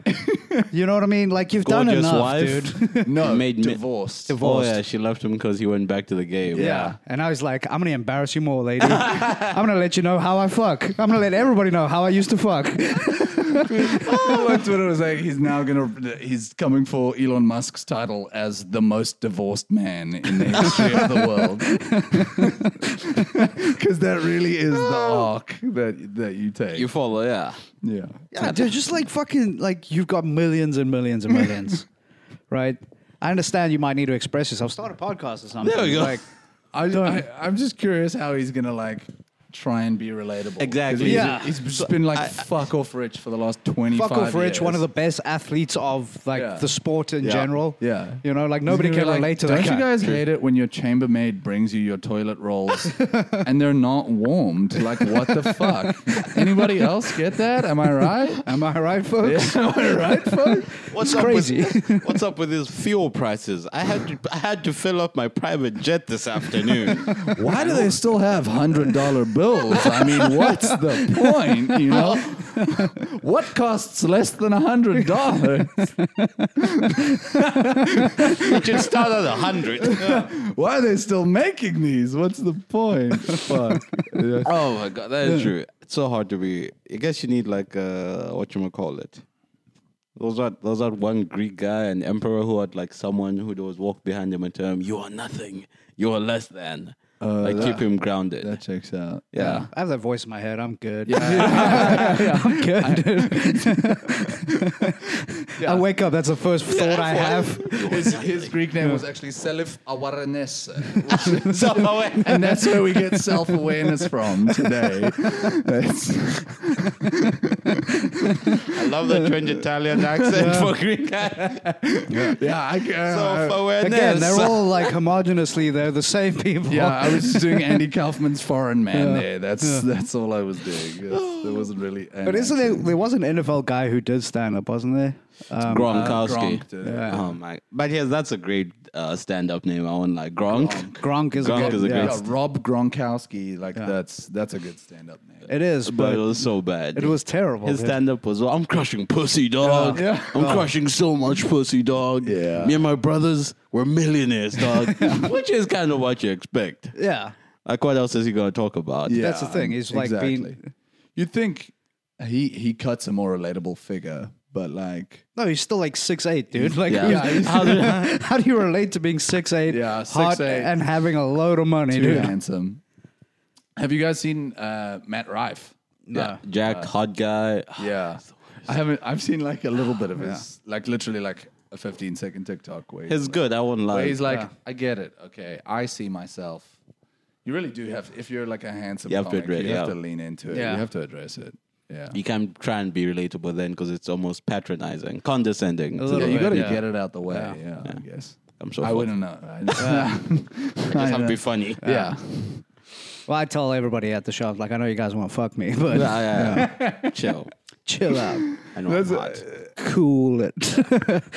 Speaker 3: You know what I mean? Like you've done
Speaker 4: Gorgeous
Speaker 3: enough, dude.
Speaker 4: wife.
Speaker 2: no
Speaker 4: made mi-
Speaker 2: divorced.
Speaker 4: Oh yeah, she left him because he went back to the game.
Speaker 2: Yeah.
Speaker 3: And I was like, I'm gonna embarrass you more, lady. I'm gonna let you know how I fuck. I'm gonna let everybody know how I used to fuck.
Speaker 2: All on Twitter was like, he's now gonna, he's coming for Elon Musk's title as the most divorced man in the history of the world, because that really is the arc that that you take.
Speaker 4: you follow. Yeah,
Speaker 2: yeah,
Speaker 3: Yeah, dude, just like fucking like you've got millions and millions and millions. right? I understand you might need to express yourself. Start a podcast or something.
Speaker 4: There we go.
Speaker 3: Like
Speaker 2: I, I, I'm just curious how he's gonna like try and be relatable.
Speaker 4: Exactly.
Speaker 2: 'Cause he's-
Speaker 3: Yeah.
Speaker 2: he's just been like fuck off rich for the last twenty.
Speaker 3: fuck off Rich, one of the best athletes of like
Speaker 2: Yeah.
Speaker 3: the sport in
Speaker 4: Yeah.
Speaker 3: general.
Speaker 2: Yeah.
Speaker 3: You know, like nobody
Speaker 2: You're
Speaker 3: can
Speaker 2: like,
Speaker 3: relate to
Speaker 2: Don't
Speaker 3: that.
Speaker 2: you
Speaker 3: guy.
Speaker 2: guys hate it when your chambermaid brings you your toilet rolls and they're not warmed? Like, what the fuck? Anybody else get that? Am I right?
Speaker 3: Am I right, folks?
Speaker 2: Am I right, folks?
Speaker 4: what's
Speaker 3: It's
Speaker 4: With, what's up with these fuel prices? I had to, I had to fill up my private jet this afternoon.
Speaker 2: Why do they still have hundred dollar bills? I mean, what's the point? You know, what costs less than hundred dollars?
Speaker 4: it should start at a hundred.
Speaker 2: Why are they still making these? What's the point? Fuck. Yeah.
Speaker 4: oh my god, that is true. It's so hard to be. I guess you need like uh, what you call it. Those that those that one Greek guy and emperor who had like someone who always walked behind him and told him, "You are nothing. You are less than." like keep him grounded.
Speaker 2: Uh, That checks out.
Speaker 4: yeah.
Speaker 3: I have that voice in my head. I'm good.
Speaker 2: Yeah.
Speaker 3: I'm good. dude.
Speaker 2: Yeah.
Speaker 3: I wake up. That's the first thought I have.
Speaker 2: His, his Greek name was actually Selif Awaranes.
Speaker 4: Self-aware.
Speaker 2: and that's where we get self awareness from today. That's-
Speaker 4: I love that strange Italian accent for Greek guy.
Speaker 2: yeah, I, uh,
Speaker 4: Self-awareness.
Speaker 3: Again, they're all like homogeneously. They're the same people.
Speaker 2: Yeah, I was just doing Andy Kaufman's Foreign Man there. That's that's all I was doing. That's, there wasn't really. an
Speaker 3: But isn't there?
Speaker 2: accent.
Speaker 3: There was an NFL guy who did stand up, wasn't there? Um,
Speaker 4: Gronkowski.
Speaker 2: uh, Gronk, dude.
Speaker 4: Oh my! But yes, that's a great uh, stand-up name. I want like Gronk.
Speaker 3: Gronk is
Speaker 4: Gronk
Speaker 3: a good.
Speaker 4: is a
Speaker 3: yeah.
Speaker 4: good
Speaker 2: Yeah, Rob Gronkowski. Like that's that's a good stand up name.
Speaker 3: It is,
Speaker 4: But it
Speaker 3: but
Speaker 4: was so bad.
Speaker 3: it was terrible.
Speaker 4: His
Speaker 3: dude.
Speaker 4: stand-up was, "I'm crushing pussy, dog.
Speaker 2: Yeah.
Speaker 4: I'm crushing so much pussy, dog.
Speaker 2: Yeah.
Speaker 4: Me and my brothers were millionaires, dog." Which is kind of what you expect.
Speaker 3: yeah,
Speaker 4: Like, what else is he going to talk about?
Speaker 2: Yeah,
Speaker 3: That's the thing, is, like, being-
Speaker 2: exactly. You'd think he he cuts a more relatable figure, but like
Speaker 3: no, he's still like six eight, dude. Like,
Speaker 4: Yeah.
Speaker 3: who's-
Speaker 4: Yeah.
Speaker 3: how, do, how do you relate to being six eight,
Speaker 2: Yeah,
Speaker 3: hot,
Speaker 2: 6'8".
Speaker 3: and having a load of money,
Speaker 2: too
Speaker 3: dude?
Speaker 2: handsome. Have you guys seen uh, Matt Rife?
Speaker 4: Yeah. Jack, hot guy.
Speaker 2: Yeah. I haven't. I've seen like a little bit of his, like literally like a 15 second TikTok where
Speaker 4: He's good. I wouldn't
Speaker 2: But
Speaker 4: lie.
Speaker 2: he's like, I get it. Okay, I see myself. You really do have. If you're like a handsome,
Speaker 4: You have to
Speaker 2: comic,
Speaker 4: address-
Speaker 2: you have
Speaker 4: yeah.
Speaker 2: to lean into it.
Speaker 3: Yeah.
Speaker 2: You have to address it. Yeah.
Speaker 4: you can try and be relatable then because it's almost patronizing, condescending. to
Speaker 3: little
Speaker 2: yeah,
Speaker 4: the-
Speaker 2: you
Speaker 3: bit,
Speaker 2: got to
Speaker 3: yeah.
Speaker 2: get it out the way.
Speaker 3: Yeah.
Speaker 2: Yeah, I guess.
Speaker 4: I'm so
Speaker 2: I
Speaker 4: fucked.
Speaker 2: wouldn't know. I just, I
Speaker 4: Just have
Speaker 2: don't
Speaker 4: to
Speaker 2: know.
Speaker 4: be funny.
Speaker 2: yeah.
Speaker 3: Well, I tell everybody at the shop, like, I know you guys want to fuck me, but
Speaker 4: Yeah, yeah, yeah. Chill.
Speaker 3: chill out,
Speaker 4: I know I'm hot.
Speaker 3: cool it,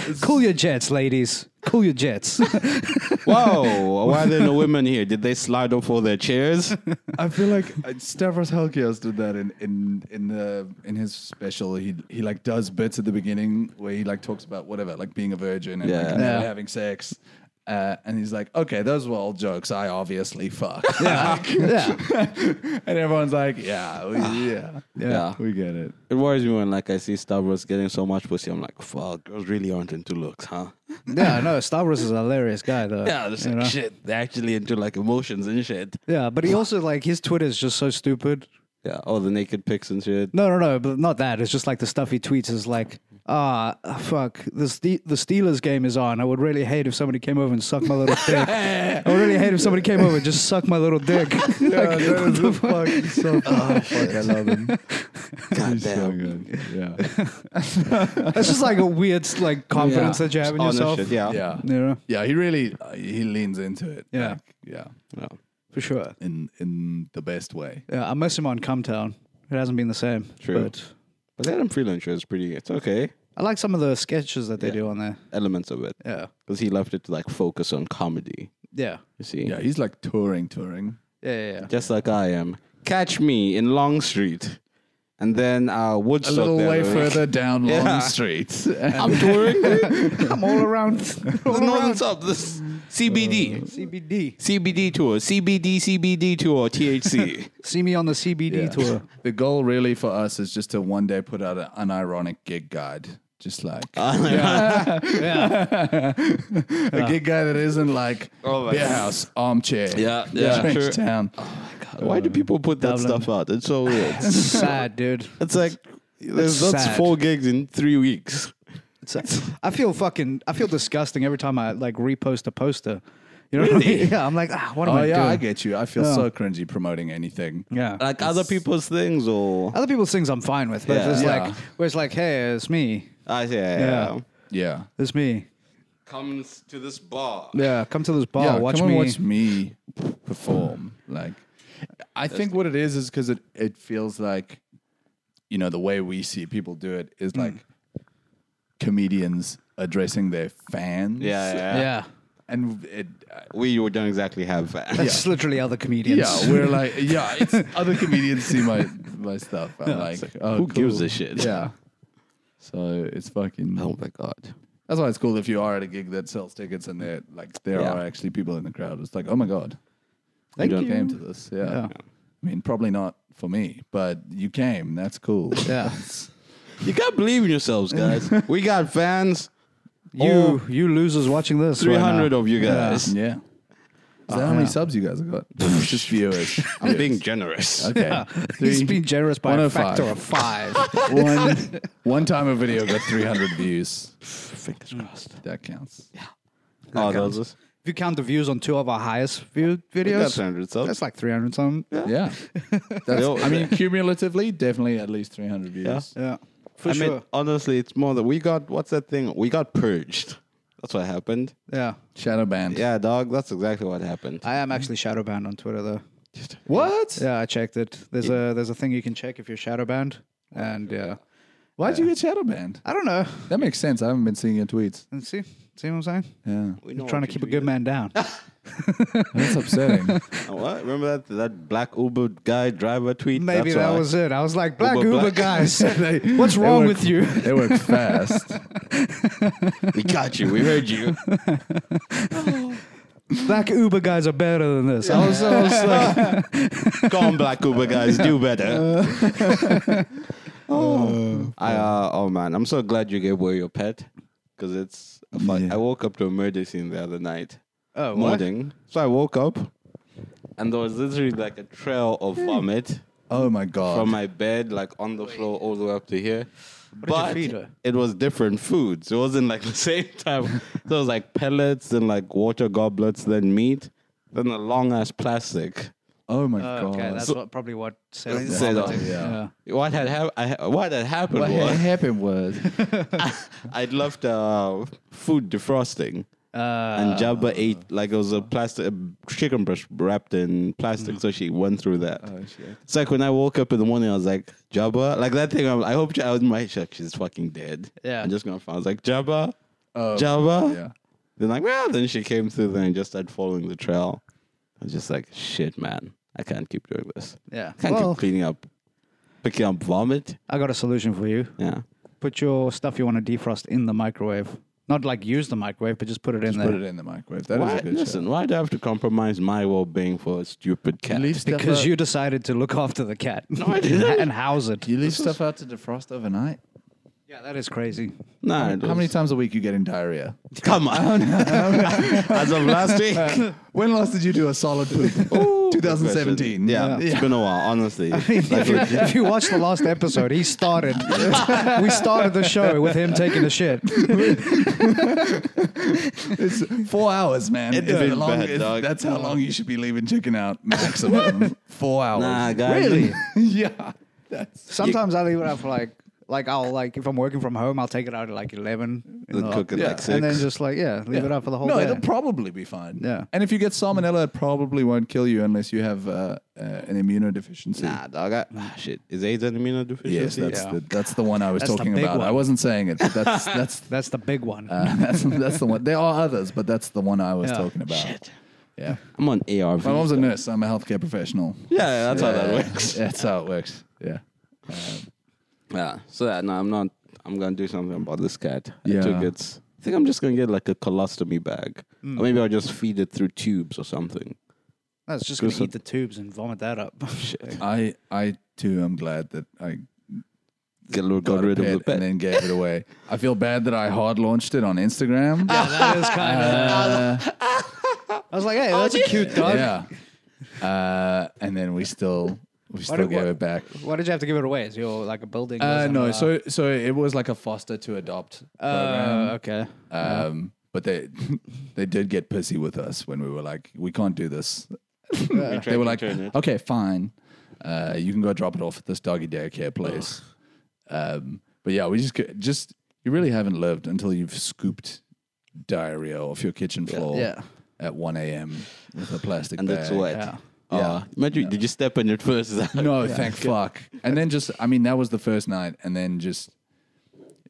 Speaker 3: cool your jets, ladies, cool your jets.
Speaker 4: Whoa! Why are there no women here? Did they slide off all their chairs?
Speaker 2: I feel like uh, Stavros Halkias did that in, in in the in his special. He he like does bits at the beginning where he like talks about whatever, like being a virgin and like,
Speaker 4: Yeah.
Speaker 2: never
Speaker 3: Yeah.
Speaker 2: having sex. Uh, and he's like, okay, those were all jokes. I obviously fuck.
Speaker 3: yeah,
Speaker 2: and everyone's like, yeah, we, yeah,
Speaker 4: Ah. Yeah.
Speaker 2: we get it.
Speaker 4: It worries me when like I see Stavros getting so much pussy. I'm like, fuck, girls really aren't into looks, huh?
Speaker 3: yeah. I know Stavros is a hilarious guy, though.
Speaker 4: Yeah, this
Speaker 3: you know?
Speaker 4: shit. They're actually into like emotions and shit.
Speaker 3: Yeah, but he also like his Twitter is just so stupid.
Speaker 4: Yeah, all the naked pics and shit.
Speaker 3: No, no, no, but not that. It's just like the stuff he tweets is like, ah, fuck, the Ste- the Steelers game is on. I would really hate if somebody came over and sucked my little dick. I would really hate if somebody came over and just sucked my little dick.
Speaker 2: Yeah, that is the fuck. He's so fucking fuck. I love him. He's so
Speaker 4: Oh, Goddamn.
Speaker 2: good. Yeah,
Speaker 3: That's just like a weird like confidence that you have in
Speaker 4: Honest
Speaker 3: yourself.
Speaker 4: shit, yeah.
Speaker 2: yeah,
Speaker 3: You know,
Speaker 2: yeah. He really uh, he leans into it.
Speaker 3: Yeah.
Speaker 2: like, yeah,
Speaker 4: Yeah.
Speaker 3: for sure.
Speaker 2: in in the best way.
Speaker 3: Yeah, I miss him on Cumtown. It hasn't been the same.
Speaker 4: True.
Speaker 3: But
Speaker 4: But then I'm freelancer is pretty. It's okay.
Speaker 3: I like some of the sketches that they do on there.
Speaker 4: Elements of it
Speaker 3: Yeah,
Speaker 4: because he left it to like focus on comedy.
Speaker 3: yeah,
Speaker 4: You see,
Speaker 2: Yeah, he's like touring, touring.
Speaker 3: yeah, yeah. yeah.
Speaker 4: just like I am. Catch me in Long Street, and then uh,
Speaker 2: a
Speaker 4: Woodstock.
Speaker 2: little
Speaker 4: the
Speaker 2: way
Speaker 4: other week.
Speaker 2: further down Long
Speaker 4: Yeah.
Speaker 2: Street.
Speaker 4: I'm touring the
Speaker 3: I'm all around. all
Speaker 4: northern
Speaker 3: around
Speaker 4: sub. This
Speaker 2: Uh,
Speaker 4: CBD.
Speaker 3: CBD.
Speaker 4: CBD tour, CBD, CBD tour, THC.
Speaker 3: See me on the CBD tour.
Speaker 2: The goal really for us is just to one day put out an unironic gig guide. Just like
Speaker 3: Yeah,
Speaker 2: a gig guide that isn't like
Speaker 4: Oh my
Speaker 2: beer
Speaker 4: God.
Speaker 2: house, armchair,
Speaker 4: Yeah, yeah,
Speaker 2: trench
Speaker 4: sure.
Speaker 2: town.
Speaker 4: Why do people put that
Speaker 3: Um, Dublin.
Speaker 4: stuff out? It's so weird.
Speaker 3: it's sad, dude.
Speaker 4: It's like there's that's
Speaker 3: sad.
Speaker 4: four gigs in three weeks.
Speaker 3: It's- I feel fucking. I feel disgusting every time I like repost a poster. You know what I mean? Yeah, I'm like, ah, what am
Speaker 2: Oh
Speaker 3: I
Speaker 2: yeah,
Speaker 3: doing?
Speaker 2: I get you. I feel so cringy promoting anything.
Speaker 3: yeah.
Speaker 4: Like other people's things, or
Speaker 3: Other people's things I'm fine with, but
Speaker 4: Yeah.
Speaker 3: it's
Speaker 2: Yeah.
Speaker 3: like, where it's like, hey, it's me,
Speaker 4: I yeah,
Speaker 3: Yeah.
Speaker 2: Yeah,
Speaker 3: it's me.
Speaker 4: comes to this bar.
Speaker 3: Yeah, come to this bar,
Speaker 2: yeah.
Speaker 3: watch
Speaker 2: Oh, come
Speaker 3: me.
Speaker 2: and watch me perform. Like, I think what it is is because it it feels like, you know, the way we see people do it is like comedians addressing their fans.
Speaker 4: Yeah, yeah,
Speaker 3: yeah.
Speaker 4: yeah.
Speaker 2: and it
Speaker 4: We were- don't exactly have that.
Speaker 3: that's literally other comedians.
Speaker 2: yeah we're like yeah it's other comedians see my my stuff i'm like, oh,
Speaker 4: Who
Speaker 2: cool.
Speaker 4: gives a shit?
Speaker 2: yeah so it's fucking
Speaker 4: Oh my god.
Speaker 2: that's why it's cool if you are at a gig that sells tickets and there like there
Speaker 4: Yeah.
Speaker 2: are actually people in the crowd it's like oh my god
Speaker 3: Thank
Speaker 2: you,
Speaker 3: you.
Speaker 2: came to this yeah.
Speaker 3: Yeah.
Speaker 2: i mean probably not for me but you came that's cool
Speaker 3: Yeah.
Speaker 4: You gotta believe in yourselves, guys. we got fans.
Speaker 3: you you losers watching this. right
Speaker 4: Three
Speaker 3: now.
Speaker 4: hundred of you
Speaker 3: Yeah.
Speaker 4: guys.
Speaker 2: yeah Is that how many subs you guys have got? Just viewers.
Speaker 4: I'm being generous.
Speaker 2: Okay.
Speaker 3: He's
Speaker 2: Three-
Speaker 3: been generous by a
Speaker 2: 105.
Speaker 3: factor of five.
Speaker 2: one, one time a video got 300 views.
Speaker 4: Fingers crossed.
Speaker 2: That counts.
Speaker 4: Oh, that was
Speaker 3: if you count the views on two of our highest viewed
Speaker 4: that's
Speaker 3: videos,
Speaker 4: 100 subs.
Speaker 3: that's like 300 something. Yeah.
Speaker 2: Yeah. That's, I mean, cumulatively, definitely at least 300 views.
Speaker 4: Yeah.
Speaker 3: For
Speaker 4: I
Speaker 3: sure.
Speaker 4: mean, honestly, it's more that we got what's that thing? We got purged. That's what happened.
Speaker 3: yeah.
Speaker 2: Shadow banned.
Speaker 4: Yeah, dog. That's exactly what happened.
Speaker 3: I am actually shadow banned on Twitter though.
Speaker 2: What?
Speaker 3: Yeah, I checked it. There's a there's a thing you can check if you're shadow banned. And yeah.
Speaker 2: Why'd you get shadow banned?
Speaker 3: I don't know.
Speaker 2: That makes sense. I haven't been seeing your tweets.
Speaker 3: Let's see. See what I'm saying?
Speaker 2: Yeah.
Speaker 4: We
Speaker 3: You're
Speaker 4: know
Speaker 3: trying to
Speaker 4: what
Speaker 3: keep a
Speaker 4: you
Speaker 3: good man down.
Speaker 2: That's upsetting.
Speaker 4: do. Uh, What? Remember that that black Uber guy driver tweet?
Speaker 3: Maybe
Speaker 4: That's
Speaker 3: that
Speaker 4: why.
Speaker 3: was it. I was like, black
Speaker 4: Uber
Speaker 3: Uber,
Speaker 4: black."
Speaker 3: guys, what's wrong
Speaker 2: work-
Speaker 3: with you?
Speaker 2: They work fast.
Speaker 4: We got you. We heard you.
Speaker 3: Black Uber guys are better than this. I was, I was like,
Speaker 4: Come on, black Uber guys, do better.
Speaker 3: Uh.
Speaker 4: oh. I uh, oh man, I'm so glad you gave away your pet because it's. A fun.
Speaker 2: Yeah.
Speaker 4: I woke up to a murder scene the other night.
Speaker 3: oh, what?
Speaker 4: morning. So I woke up and there was literally like a trail of vomit
Speaker 2: Oh my God.
Speaker 3: Um,
Speaker 4: from my bed, like on the floor all the way up to here.
Speaker 3: you
Speaker 4: but
Speaker 3: feed her?
Speaker 4: it was different foods. It wasn't like the same type. so it was like pellets, then like water goblets, then meat, then a long ass plastic.
Speaker 2: oh my
Speaker 3: Oh,
Speaker 2: God.
Speaker 3: okay, that's
Speaker 4: So-
Speaker 3: what, probably what said.
Speaker 4: It said,
Speaker 3: vomiting.
Speaker 4: oh,
Speaker 2: yeah.
Speaker 4: What had hap- I ha- what had happened
Speaker 2: what
Speaker 4: was
Speaker 2: happened was
Speaker 4: I'd left uh, food defrosting.
Speaker 3: Uh,
Speaker 4: And Jabba ate like it was a plastic a chicken breast wrapped in plastic, so she went through that.
Speaker 2: Oh, shit.
Speaker 4: It's like when I woke up in the morning, I was like Jabba, like that thing. I'm, I hope she- I was my she's like, she's fucking dead.
Speaker 3: Yeah.
Speaker 4: I'm just gonna find. I was like Jabba,
Speaker 2: Oh,
Speaker 4: Jabba.
Speaker 2: yeah.
Speaker 4: Then like well, then she came through there and just started following the trail. I was just like shit, man. I can't keep doing this.
Speaker 3: yeah.
Speaker 4: I can't
Speaker 3: well,
Speaker 4: keep cleaning up, picking up vomit.
Speaker 3: I got a solution for you.
Speaker 4: Yeah,
Speaker 3: Put your stuff you want to defrost in the microwave. Not like use the microwave, but just put it in there.
Speaker 2: Put it in the microwave. That is
Speaker 4: why,
Speaker 2: a good
Speaker 4: listen. Why do I have to compromise my well being for a stupid
Speaker 2: shot.
Speaker 4: cat?
Speaker 3: because you decided to look after the cat no,
Speaker 4: I didn't.
Speaker 3: and house it.
Speaker 2: You leave stuff out to defrost overnight.
Speaker 3: Yeah, that is crazy.
Speaker 4: Nah, it
Speaker 2: How
Speaker 4: was-
Speaker 2: many Oh, times a week you getting diarrhea?
Speaker 4: Come on. As of last week.
Speaker 2: When last did you do a solid poop?
Speaker 4: Yeah, it's been a while, honestly.
Speaker 3: if, you, if you watch the last episode, he started. we started the show with him taking a shit.
Speaker 2: It's four hours, man.
Speaker 4: It's
Speaker 2: It's
Speaker 4: been
Speaker 2: the long-
Speaker 4: bad,
Speaker 2: it's-
Speaker 4: dog.
Speaker 2: That's how long you should be leaving chicken out maximum. four hours.
Speaker 4: nah, guys.
Speaker 3: Really?
Speaker 2: yeah. That's
Speaker 3: Sometimes I leave it out for like, like I'll like if I'm working from home, I'll take it out at like eleven. in
Speaker 4: Then
Speaker 3: the-
Speaker 4: cook it
Speaker 2: Yeah,
Speaker 4: like six.
Speaker 3: and then just like yeah, leave it out for the whole
Speaker 2: no,
Speaker 3: day.
Speaker 2: it'll probably be fine.
Speaker 3: Yeah.
Speaker 2: And if you get salmonella, it probably won't kill you unless you have uh, uh, an immunodeficiency.
Speaker 4: nah, dog. I, ah, shit. Is AIDS an immunodeficiency?
Speaker 2: Yes, that's
Speaker 3: Yeah.
Speaker 2: the, that's the one I was
Speaker 3: That's the
Speaker 2: talking
Speaker 3: big
Speaker 2: about.
Speaker 3: one.
Speaker 2: I wasn't saying it. But that's that's
Speaker 3: That's the big one.
Speaker 2: uh, that's that's the one. There are others, but that's the one I was
Speaker 3: Yeah.
Speaker 2: talking about. Yeah.
Speaker 4: I'm on ARV.
Speaker 2: My mom's a nurse. I'm a healthcare professional.
Speaker 4: yeah, yeah, that's how that works.
Speaker 2: That's how it works. Yeah.
Speaker 4: Yeah. So yeah, no, I'm not. I'm gonna do something about this cat.
Speaker 2: Yeah.
Speaker 4: I took its. I think I'm just gonna get like a colostomy bag,
Speaker 2: Hmm.
Speaker 4: or maybe I'll just feed it through tubes or something.
Speaker 3: That's just gonna
Speaker 4: Because-
Speaker 3: eat the tubes and vomit that up.
Speaker 4: Shit.
Speaker 2: I I too am glad that I
Speaker 4: Get, rid- got
Speaker 2: got
Speaker 4: rid
Speaker 2: a
Speaker 4: of the
Speaker 2: pet
Speaker 4: pet.
Speaker 2: and then gave it away. I feel bad that I hard launched it on Instagram.
Speaker 3: yeah, that is kind of. I was like, hey, that's a cute dog.
Speaker 2: yeah. Uh, and then we still we still
Speaker 3: did-
Speaker 2: gave
Speaker 3: what-
Speaker 2: it back.
Speaker 3: Why did you have to give it away? Is your like a building?
Speaker 2: Uh,
Speaker 3: doesn't
Speaker 2: no,
Speaker 3: allow-
Speaker 2: so so it was like a foster to adopt program.
Speaker 3: Uh, okay.
Speaker 2: Um, but they they did get pissy with us when we were like, we can't do this. they were like,
Speaker 4: return it.
Speaker 2: okay, fine. Uh, you can go drop it off at this doggy daycare place. Um, but yeah, we just cou- just you really haven't lived until you've scooped diarrhea off your kitchen floor
Speaker 3: Yeah.
Speaker 2: at 1 a.m. with a plastic
Speaker 4: and
Speaker 2: bag.
Speaker 4: it's wet.
Speaker 3: Yeah.
Speaker 4: Oh,
Speaker 2: Yeah.
Speaker 4: imagine, did you step on it first?
Speaker 2: No, thank fuck. And then just, I mean, that was the first night, and then just,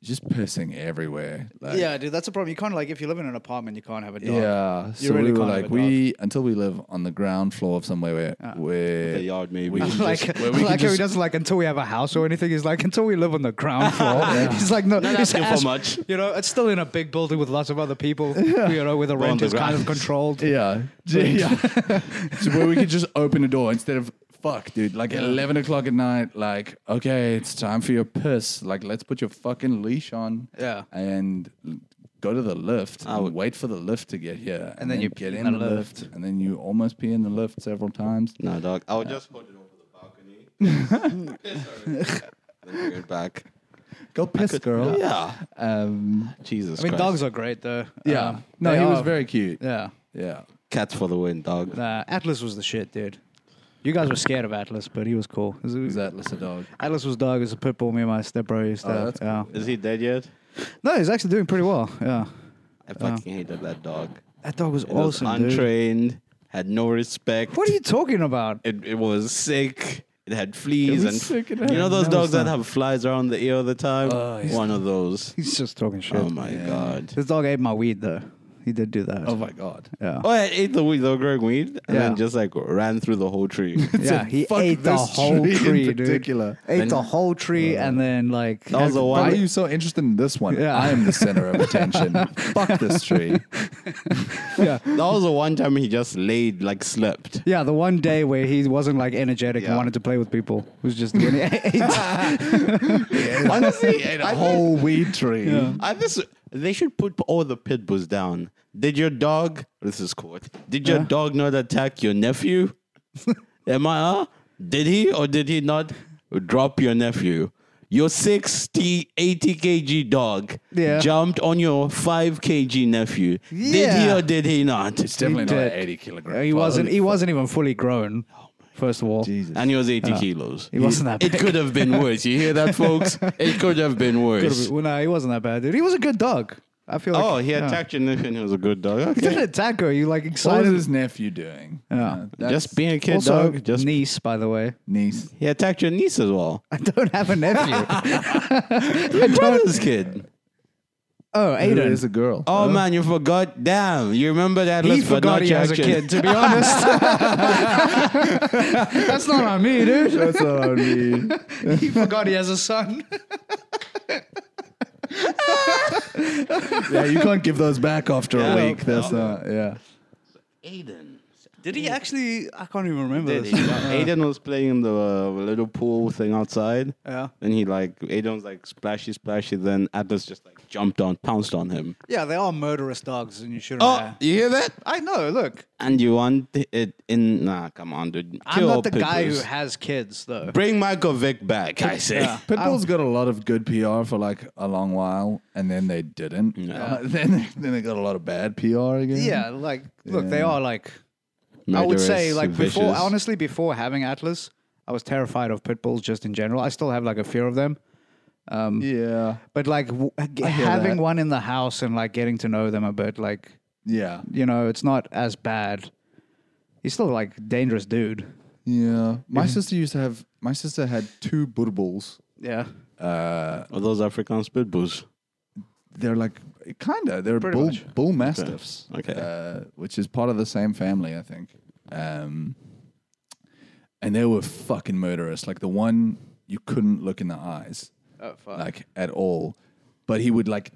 Speaker 2: just pissing everywhere. Like,
Speaker 3: Yeah, dude, that's a problem. You can't like if you live in an apartment, you can't have a dog.
Speaker 2: Yeah.
Speaker 3: You
Speaker 2: so
Speaker 3: really
Speaker 2: we were
Speaker 3: can't have a
Speaker 2: like,
Speaker 3: dog.
Speaker 2: we until we live on the ground floor of somewhere where where
Speaker 4: The yard, maybe.
Speaker 2: we can
Speaker 3: like,
Speaker 2: just-
Speaker 3: I
Speaker 2: where we can
Speaker 3: like how he
Speaker 2: just-
Speaker 3: doesn't like until we have a house or anything. He's like until we live on the ground floor. He's like no,
Speaker 4: Not
Speaker 3: he's
Speaker 4: asking for
Speaker 3: ask-
Speaker 4: much.
Speaker 3: You know, it's still in a big building with lots of other people. You know, where the rent
Speaker 4: the
Speaker 3: is kind of
Speaker 4: ground.
Speaker 3: controlled.
Speaker 2: yeah, J- yeah. so where we could just open a door instead of fuck, dude. Like eleven o'clock at night. Like okay, it's time for your piss. Like let's put your fucking leash on.
Speaker 3: Yeah.
Speaker 2: and go to the lift
Speaker 4: I
Speaker 2: and
Speaker 4: would-
Speaker 2: wait for the lift to get here, and,
Speaker 3: then you
Speaker 2: get
Speaker 3: pee
Speaker 2: in
Speaker 3: in
Speaker 2: the
Speaker 3: the
Speaker 2: lift. and then you almost pee in the lift several times.
Speaker 4: No, dog. I would just hold it over the balcony. Sorry. Then bring it back.
Speaker 2: Go piss, girl.
Speaker 4: Yeah.
Speaker 2: Um,
Speaker 4: Jesus
Speaker 3: Oh, I mean,
Speaker 4: Christ.
Speaker 3: dogs are great though.
Speaker 2: yeah.
Speaker 3: Um,
Speaker 2: no,
Speaker 3: they
Speaker 2: he was
Speaker 3: are-
Speaker 2: very cute. Yeah.
Speaker 3: Yeah.
Speaker 4: Cats for the win, dog.
Speaker 3: Nah, Atlas was the shit, dude. You guys were scared of Atlas, but he was cool. It was-
Speaker 2: Is that Lissa dog?
Speaker 3: Atlas was dog. It was a pit bull. Me and my stepbro used to.
Speaker 2: Oh,
Speaker 3: have,
Speaker 2: that's
Speaker 3: yeah.
Speaker 4: Is he dead yet?
Speaker 3: No, he's actually doing pretty well. Yeah.
Speaker 4: I fucking hated that dog.
Speaker 3: That dog was
Speaker 4: It
Speaker 3: awesome,
Speaker 4: was
Speaker 3: dude.
Speaker 4: untrained, had no respect.
Speaker 3: What are you talking about?
Speaker 4: It, it was sick. It had fleas
Speaker 2: It
Speaker 4: and
Speaker 2: was sick, it
Speaker 4: you know
Speaker 2: had-
Speaker 4: those
Speaker 2: no,
Speaker 4: dogs
Speaker 2: it's
Speaker 4: that
Speaker 2: not.
Speaker 4: have flies around the ear all the time.
Speaker 2: Oh, yeah.
Speaker 4: One of those.
Speaker 3: He's just talking shit.
Speaker 4: Oh my god.
Speaker 3: This dog ate my weed though. He did do that.
Speaker 2: Oh my god.
Speaker 3: yeah.
Speaker 4: Oh, I ate the weed, the growing weed, and
Speaker 3: Yeah.
Speaker 4: then just like ran through the whole tree.
Speaker 3: yeah,
Speaker 2: said,
Speaker 3: he
Speaker 2: "Fuck
Speaker 3: ate the
Speaker 2: this
Speaker 3: whole
Speaker 2: tree
Speaker 3: tree,
Speaker 2: in
Speaker 3: dude.
Speaker 2: particular.
Speaker 3: Ate
Speaker 4: Then-
Speaker 3: the whole tree and then like
Speaker 4: That was the
Speaker 2: Why
Speaker 4: one.
Speaker 2: are you so interested in this one?
Speaker 3: Yeah.
Speaker 2: I am the center of attention. Fuck this tree.
Speaker 3: yeah.
Speaker 4: That was the one time he just laid like slept.
Speaker 3: Yeah, the one day where he wasn't like energetic and
Speaker 4: Yeah.
Speaker 3: wanted to play with people It was just when he ate.
Speaker 4: Honestly, and
Speaker 2: A
Speaker 4: I
Speaker 2: whole weed tree.
Speaker 4: I just they should put all the pit bulls down. Did your dog? This is court. Did your dog not attack your nephew? Am I? Huh? Did he or did he not drop your nephew? Your 60, 80 kg dog
Speaker 3: Yeah.
Speaker 4: jumped on your 5 kg nephew. Did he
Speaker 3: Yeah.
Speaker 4: or did he not?
Speaker 2: It's definitely not
Speaker 3: did.
Speaker 2: an 80 kilogram.
Speaker 3: he wasn't. He wasn't even fully grown. First of all,
Speaker 2: Jesus.
Speaker 4: And he was 80 kilos.
Speaker 3: he wasn't that
Speaker 4: Ah. It
Speaker 3: big.
Speaker 4: could have been worse. You hear that, folks? It could have been worse.
Speaker 3: well, no, he wasn't that bad, dude. He was a good dog. I feel. like
Speaker 4: Oh, he
Speaker 3: yeah.
Speaker 4: attacked your nephew and he was a good dog.
Speaker 3: He
Speaker 4: Okay.
Speaker 3: didn't attack her. You like
Speaker 2: what was
Speaker 3: excited.
Speaker 2: his nephew doing? Uh, that's
Speaker 4: Just being a kid,
Speaker 3: Also,
Speaker 4: dog. Just
Speaker 3: niece, by the way.
Speaker 2: niece.
Speaker 4: He attacked your niece as well.
Speaker 3: I don't have a nephew.
Speaker 4: Your brother's kid.
Speaker 3: oh,
Speaker 2: It
Speaker 3: Aiden.
Speaker 2: is a girl.
Speaker 4: Oh man, you forgot. Damn, you remember that
Speaker 3: he
Speaker 4: list, but
Speaker 3: forgot
Speaker 4: not
Speaker 3: he
Speaker 4: your
Speaker 3: has a
Speaker 4: action.
Speaker 3: kid. To be honest, that's not on me, dude.
Speaker 2: That's what I mean.
Speaker 3: He forgot he has a son.
Speaker 2: yeah, you can't give those back after
Speaker 4: Yeah.
Speaker 2: a week. That's not, yeah.
Speaker 4: Aiden.
Speaker 3: Did he actually? I can't even remember
Speaker 4: Did
Speaker 3: this.
Speaker 4: he? Aiden was playing in the uh, little pool thing outside.
Speaker 3: Yeah.
Speaker 4: And he like Aiden was like splashy, splashy. Then Atlas just like jumped on, pounced on him.
Speaker 3: Yeah, they are murderous dogs, and you shouldn't.
Speaker 4: Oh, you hear that?
Speaker 3: I know. Look,
Speaker 4: And you want it in? Nah, come on, dude.
Speaker 3: I'm
Speaker 4: Kill
Speaker 3: not the
Speaker 4: pit
Speaker 3: guy who
Speaker 4: bulls.
Speaker 3: has kids, though.
Speaker 4: Bring Michael Vick back. I say.
Speaker 3: Yeah.
Speaker 4: Oh.
Speaker 2: Pitbull's got a lot of good PR for like a long while, and then they didn't. Uh, then, then they got a lot of bad PR again.
Speaker 3: Yeah, like look, they
Speaker 2: Yeah.
Speaker 3: are like I would say
Speaker 4: Murderous,
Speaker 3: like before
Speaker 4: vicious.
Speaker 3: honestly before having Atlas, I was terrified of pit bulls just in general. I still have like a fear of them.
Speaker 2: yeah,
Speaker 3: But like w-
Speaker 2: hear
Speaker 3: having
Speaker 2: that.
Speaker 3: one in the house and like getting to know them a bit like
Speaker 2: yeah,
Speaker 3: you know, it's not as bad. He's still like dangerous dude.
Speaker 2: yeah.
Speaker 4: Mm-hmm.
Speaker 2: My sister used to have. My sister had two Burbulls.
Speaker 3: Yeah.
Speaker 2: Uh,
Speaker 4: Are those African pit bulls?
Speaker 2: they're like kind of they're
Speaker 3: Pretty
Speaker 2: bull
Speaker 3: much.
Speaker 2: bull mastiffs.
Speaker 4: Okay.
Speaker 2: Uh, which is part of the same family, I think. Um, and they were fucking murderous. Like the one you couldn't look in the eyes.
Speaker 3: Oh fuck.
Speaker 2: like at all. But he would like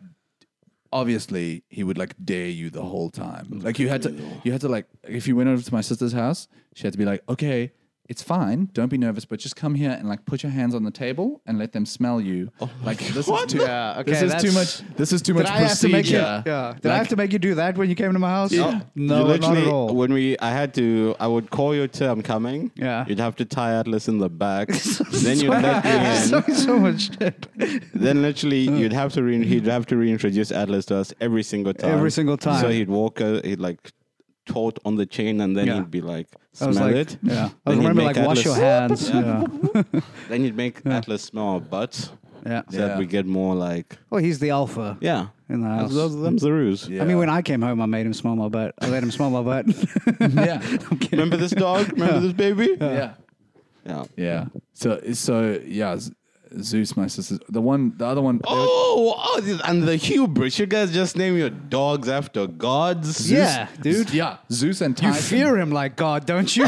Speaker 2: obviously he would like dare you the whole time. Like you had to you had to like if you went over to my sister's house, she had to be like, "Okay, it's fine. Don't be nervous, but just come here and like put your hands on the table and let them smell you." like this is too
Speaker 3: Yeah, okay,
Speaker 2: This is too
Speaker 3: that's-
Speaker 2: much this is too
Speaker 3: Did
Speaker 2: much
Speaker 3: I have to
Speaker 2: procedure.
Speaker 3: make you? Yeah. Did I have to make you do that when you came to my house?
Speaker 4: You
Speaker 3: Oh, No, not at all.
Speaker 4: When we, I had to, I would call you till I'm coming.
Speaker 3: Yeah.
Speaker 4: You'd have to tie Atlas in the back. then you'd let me
Speaker 3: so,
Speaker 4: in.
Speaker 3: so much shit.
Speaker 4: Then literally, you'd have to rein he'd have to reintroduce Atlas to us every single time.
Speaker 3: Every single time.
Speaker 4: So he'd walk, uh, he'd like taut on the chain, and then
Speaker 3: Yeah.
Speaker 4: he'd be like,
Speaker 3: I
Speaker 4: smell
Speaker 3: was like,
Speaker 4: it.
Speaker 3: yeah. I
Speaker 4: Then he'd
Speaker 3: remember
Speaker 4: make
Speaker 3: like wash
Speaker 4: Atlas-
Speaker 3: your hands.
Speaker 4: Yeah.
Speaker 3: Yeah.
Speaker 4: Then you'd make Atlas smell our butts,
Speaker 3: yeah.
Speaker 4: so
Speaker 2: Yeah.
Speaker 4: that we get more like,
Speaker 3: Well, he's the alpha.
Speaker 4: yeah.
Speaker 3: In the house.
Speaker 4: Those, those- them's the ruse.
Speaker 2: Yeah.
Speaker 3: I mean, when I came home, I made him smell my butt. I let him smell my butt.
Speaker 2: yeah.
Speaker 3: I'm kidding.
Speaker 4: Remember this dog? Remember this baby?
Speaker 2: yeah.
Speaker 4: Yeah.
Speaker 2: Yeah. So so yeah, Z- Zeus my sister's the one the other one they were-
Speaker 4: Oh, oh, this- and the hubris. You guys just name your dogs after gods.
Speaker 3: yeah, dude.
Speaker 2: Yeah, Zeus and
Speaker 3: You
Speaker 2: Titan.
Speaker 3: fear him like God, don't you?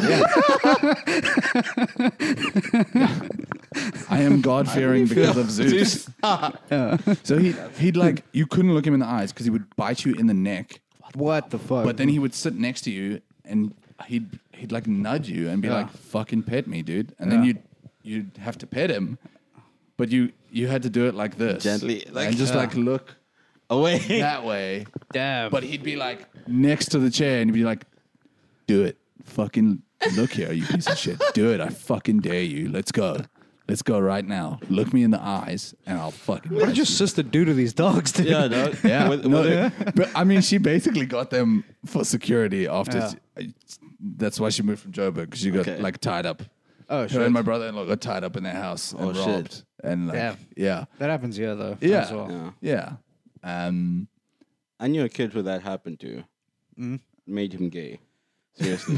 Speaker 2: I am God fearing because of Zeus.
Speaker 4: Zeus.
Speaker 2: So he he'd like you couldn't look him in the eyes because he would bite you in the neck,
Speaker 3: What the fuck?
Speaker 2: but then he would sit next to you and he'd he'd like nudge you and be like fucking pet me, dude, and then
Speaker 3: Yeah.
Speaker 2: you'd you'd have to pet him, but you you had to do it like this
Speaker 4: Gently, like-
Speaker 2: and just
Speaker 4: Yeah.
Speaker 2: like look
Speaker 4: away.
Speaker 2: that way.
Speaker 3: Damn.
Speaker 2: But he'd be like next to the chair and he'd be like, do it. Fucking look here, you piece of shit. Do it. I fucking dare you. Let's go. Let's go right now. Look me in the eyes and I'll fucking.
Speaker 3: what did your sister do to these dogs, dude?
Speaker 4: Yeah, no,
Speaker 2: Yeah.
Speaker 4: With-
Speaker 2: No,
Speaker 4: with-
Speaker 2: But I mean, she basically got them for security after.
Speaker 3: Yeah.
Speaker 2: I- that's why she moved from Joburg because she got
Speaker 4: Okay.
Speaker 2: like tied up.
Speaker 3: Oh,
Speaker 2: Her
Speaker 3: shit.
Speaker 2: and my brother in law got tied up in their house and
Speaker 4: Oh, shit.
Speaker 2: robbed. And like,
Speaker 3: Damn.
Speaker 2: yeah.
Speaker 3: That happens here though.
Speaker 2: Yeah.
Speaker 3: As well.
Speaker 4: Yeah.
Speaker 2: Yeah. Um,
Speaker 4: I knew a kid who that happened to.
Speaker 2: Mm.
Speaker 4: Made him gay. Seriously.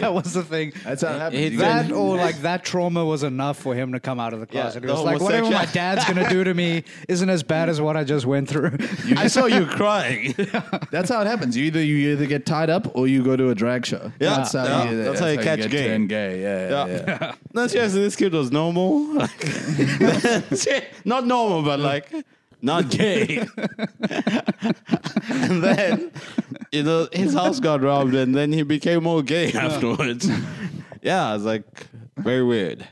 Speaker 3: that was the thing.
Speaker 2: that's how it happens.
Speaker 4: It-
Speaker 2: You get-
Speaker 4: that-
Speaker 3: That or like that trauma was enough for him to come out of the
Speaker 4: Yeah,
Speaker 3: closet.
Speaker 4: the
Speaker 3: it was like whatever my
Speaker 4: homosexual-
Speaker 3: dad's gonna do to me isn't as bad as what I just went through.
Speaker 4: I saw you crying. yeah,
Speaker 2: That's how it happens. You either you either get tied up or you go to a drag show.
Speaker 4: Yeah.
Speaker 2: that's how
Speaker 4: Yeah.
Speaker 2: you,
Speaker 4: That's how you catch
Speaker 2: get
Speaker 4: gay.
Speaker 2: turned gay. Yeah, yeah. yeah.
Speaker 4: no, seriously, this kid was normal. Like, not normal, but like Mm. not gay. and then you know his house got robbed, and then he became more gay afterwards. yeah, it's like very weird,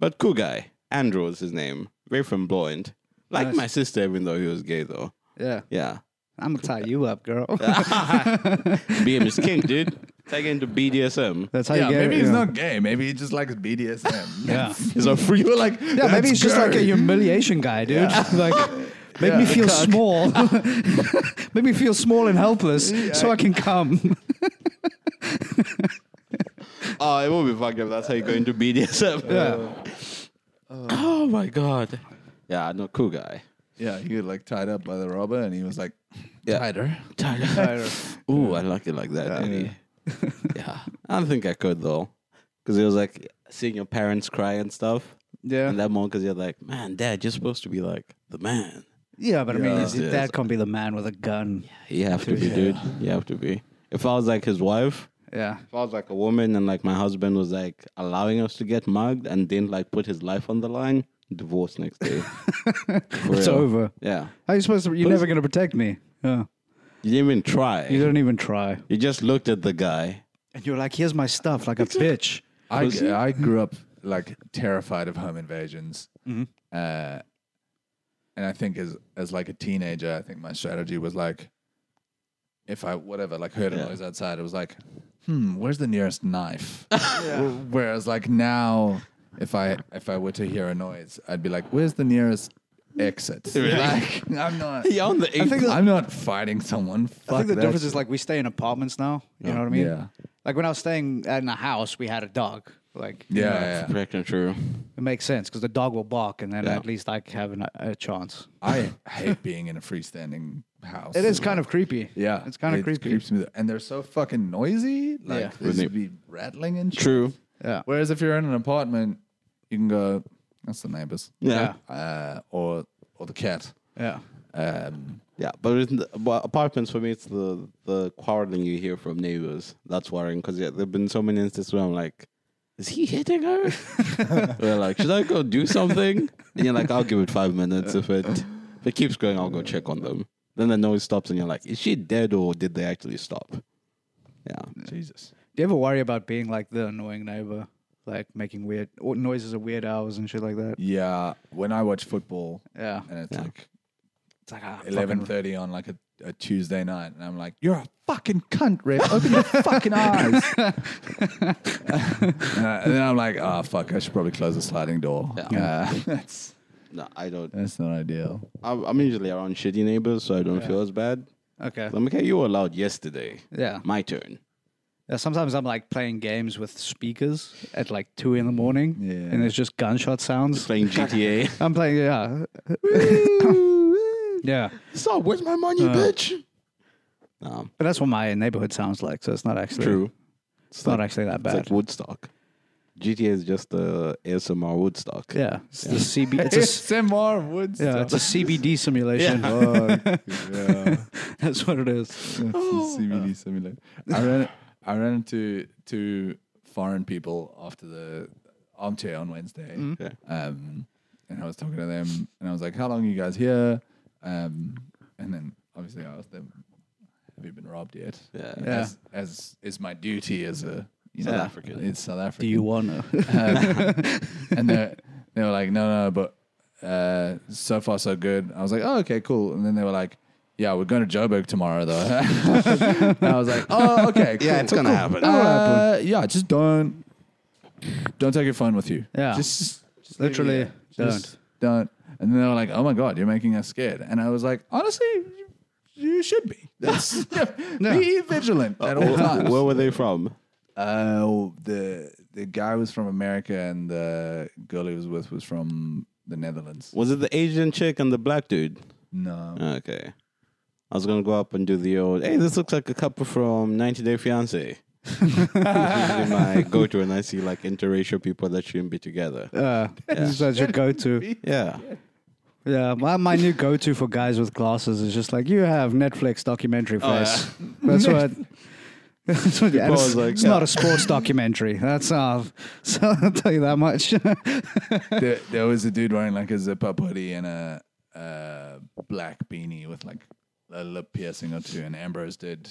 Speaker 4: but cool guy. Andrew was his name. Very flamboyant. Like my sister, even though he was gay, though.
Speaker 3: yeah.
Speaker 4: Yeah.
Speaker 3: I'm gonna tie you up, girl.
Speaker 4: BM is king, dude. Take into BDSM.
Speaker 3: That's how
Speaker 2: Yeah,
Speaker 3: you get
Speaker 2: maybe
Speaker 3: it,
Speaker 2: he's
Speaker 3: yeah.
Speaker 2: not gay. Maybe he just likes BDSM.
Speaker 3: Yeah.
Speaker 2: he's a free. You're like,
Speaker 3: Yeah, maybe he's just like a humiliation guy, dude. like, make me feel small. make me feel small and helpless so I can come.
Speaker 4: Oh, it will be fucked up. That's how you go into BDSM.
Speaker 3: Yeah.
Speaker 4: Oh my god. Yeah, no cool guy.
Speaker 2: yeah. He got like tied up by the robber, and he was like,
Speaker 4: Yeah.
Speaker 2: tighter.
Speaker 4: Tyler. Ooh, I like it like that, Danny. yeah. I don't think I could though, because it was like seeing your parents cry and stuff.
Speaker 3: Yeah.
Speaker 4: And that moment, because you're like, man, dad, you're supposed to be like the man.
Speaker 3: Yeah, but I mean,
Speaker 2: Yeah.
Speaker 3: his dad can't be the man with a gun.
Speaker 4: You have to be, dude. You have to be. If I was like his wife,
Speaker 3: Yeah.
Speaker 4: if I was like a woman and like my husband was like allowing us to get mugged and didn't like put his life on the line, divorce next day. For
Speaker 3: It's
Speaker 4: real.
Speaker 3: over.
Speaker 4: Yeah.
Speaker 3: How you supposed to? You're never gonna protect me. Yeah.
Speaker 4: You didn't even try.
Speaker 3: You don't even try.
Speaker 4: You just looked at the guy.
Speaker 3: And you're like, here's my stuff, like a bitch.
Speaker 2: I, I grew up like terrified of home invasions.
Speaker 3: Mm-hmm.
Speaker 2: Uh, and I think as as like a teenager, I think my strategy was like, if I whatever like heard a
Speaker 4: Yeah.
Speaker 2: noise outside, it was like, hmm, where's the nearest knife? Wh- Whereas like now, if I if I were to hear a noise, I'd be like, where's the nearest exit? Like I'm not.
Speaker 4: Yeah, on the
Speaker 3: I think the,
Speaker 2: I'm not fighting someone. Fuck
Speaker 3: I think the
Speaker 2: that
Speaker 3: difference
Speaker 2: shit.
Speaker 3: is like we stay in apartments now. You know what I mean?
Speaker 2: Yeah.
Speaker 3: Like when I was staying in a house, we had a dog. Like you
Speaker 2: Yeah,
Speaker 3: know,
Speaker 2: yeah.
Speaker 4: Correct and true.
Speaker 3: it makes sense because the dog will bark, and then
Speaker 4: Yeah.
Speaker 3: at least I have an, a chance.
Speaker 2: I hate being in a freestanding house.
Speaker 3: It is kind of creepy.
Speaker 2: Yeah,
Speaker 3: it's kind of
Speaker 2: it
Speaker 3: creepy.
Speaker 2: Creeps me, and they're so fucking noisy. Like
Speaker 3: Yeah.
Speaker 2: they
Speaker 4: Really.
Speaker 2: just be rattling and shit.
Speaker 4: True.
Speaker 3: Yeah.
Speaker 2: Whereas if you're in an apartment, you can go. That's the neighbors.
Speaker 4: Yeah.
Speaker 2: Uh, or or the cat.
Speaker 3: Yeah.
Speaker 2: Um,
Speaker 4: Yeah, but, in the, but apartments for me, it's the the quarreling you hear from neighbors that's worrying because yeah, there've been so many instances where I'm like, is he hitting her? We're like, should I go do something? And you're like, I'll give it five minutes if it if it keeps going, I'll go check on them. Then the noise stops, and you're like, is she dead or did they actually stop? Yeah,
Speaker 2: Jesus.
Speaker 3: Do you ever worry about being like the annoying neighbor, like making weird or noises at weird hours and shit like that?
Speaker 2: Yeah, when I watch football,
Speaker 3: Yeah.
Speaker 2: and it's like
Speaker 3: It's like ah,
Speaker 2: eleven thirty on like a, a Tuesday night, and I'm like, "You're a fucking cunt, Rick. Open your fucking eyes." Uh, and then I'm like, "Ah, fuck. I should probably close the sliding door."
Speaker 4: Yeah.
Speaker 2: Uh, that's
Speaker 4: no, I don't.
Speaker 2: that's not ideal.
Speaker 4: I'm I'm usually around shitty neighbors, so I don't feel as bad.
Speaker 3: Okay.
Speaker 4: I'm like, hey, you were loud yesterday.
Speaker 3: Yeah.
Speaker 4: My turn.
Speaker 3: Yeah, sometimes I'm like playing games with speakers at like two in the morning,
Speaker 2: Yeah.
Speaker 3: and there's just gunshot sounds.
Speaker 4: Playing GTA.
Speaker 3: I'm playing, yeah, yeah,
Speaker 4: Stop, where's my money, bitch? Um,
Speaker 3: but that's what my neighborhood sounds like, so it's not actually
Speaker 4: true.
Speaker 3: It's not actually that
Speaker 4: It's like
Speaker 3: bad.
Speaker 4: Woodstock. GTA is just uh, the ASMR Woodstock.
Speaker 3: yeah, it's the CB. It's a s-
Speaker 2: ASMR Woods.
Speaker 3: yeah, it's a CBD simulation.
Speaker 2: yeah.
Speaker 3: that's what it is.
Speaker 2: It's a CBD simulator. I ran I ran into two foreign people after the armchair on Wednesday,
Speaker 4: Okay.
Speaker 2: um, and I was talking to them, and I was like, "How long are you guys here?" Um, and then obviously I asked them, "Have you been robbed yet?"
Speaker 4: Yeah.
Speaker 3: Yeah.
Speaker 2: As, as is my duty as a you know,
Speaker 4: South African.
Speaker 2: It's South African.
Speaker 3: Do you wanna?
Speaker 2: and they they were like, no, no, but uh, so far so good. I was like, oh, okay, cool. And then they were like, yeah, we're going to Joburg tomorrow, though. and I was like, oh, okay, cool.
Speaker 4: Yeah, it's gonna happen.
Speaker 2: Uh, yeah, just don't don't take your phone with you.
Speaker 3: Yeah.
Speaker 2: just, just leave it
Speaker 3: Literally,
Speaker 2: here. Just don't. And then they were like, "Oh my god, you're making us scared." And I was like, "Honestly, you- you should be. That's, Be vigilant at all times."
Speaker 4: Where were they from?
Speaker 2: Uh, the the guy was from America, and the girl he was with was from the Netherlands.
Speaker 4: Was it the Asian chick and the black dude?
Speaker 2: No,
Speaker 4: Okay. I was gonna go up and do the old. Hey, this looks like a couple from 90 Day Fiance. Usually my go-to, and I see like interracial people that shouldn't be together.
Speaker 3: Uh, This is what you go to.
Speaker 4: Yeah,
Speaker 3: Yeah, my, my new go to for guys with glasses is just like you have Netflix documentary
Speaker 2: Oh,
Speaker 3: face. That's what. That's what and it's,
Speaker 4: was like,
Speaker 3: it's
Speaker 4: yeah.
Speaker 3: not a sports documentary. That's uh, so I'll tell you that much.
Speaker 2: there, there was a dude wearing like a zip-up hoodie and a, a black beanie with like a lip piercing or two, and Ambrose did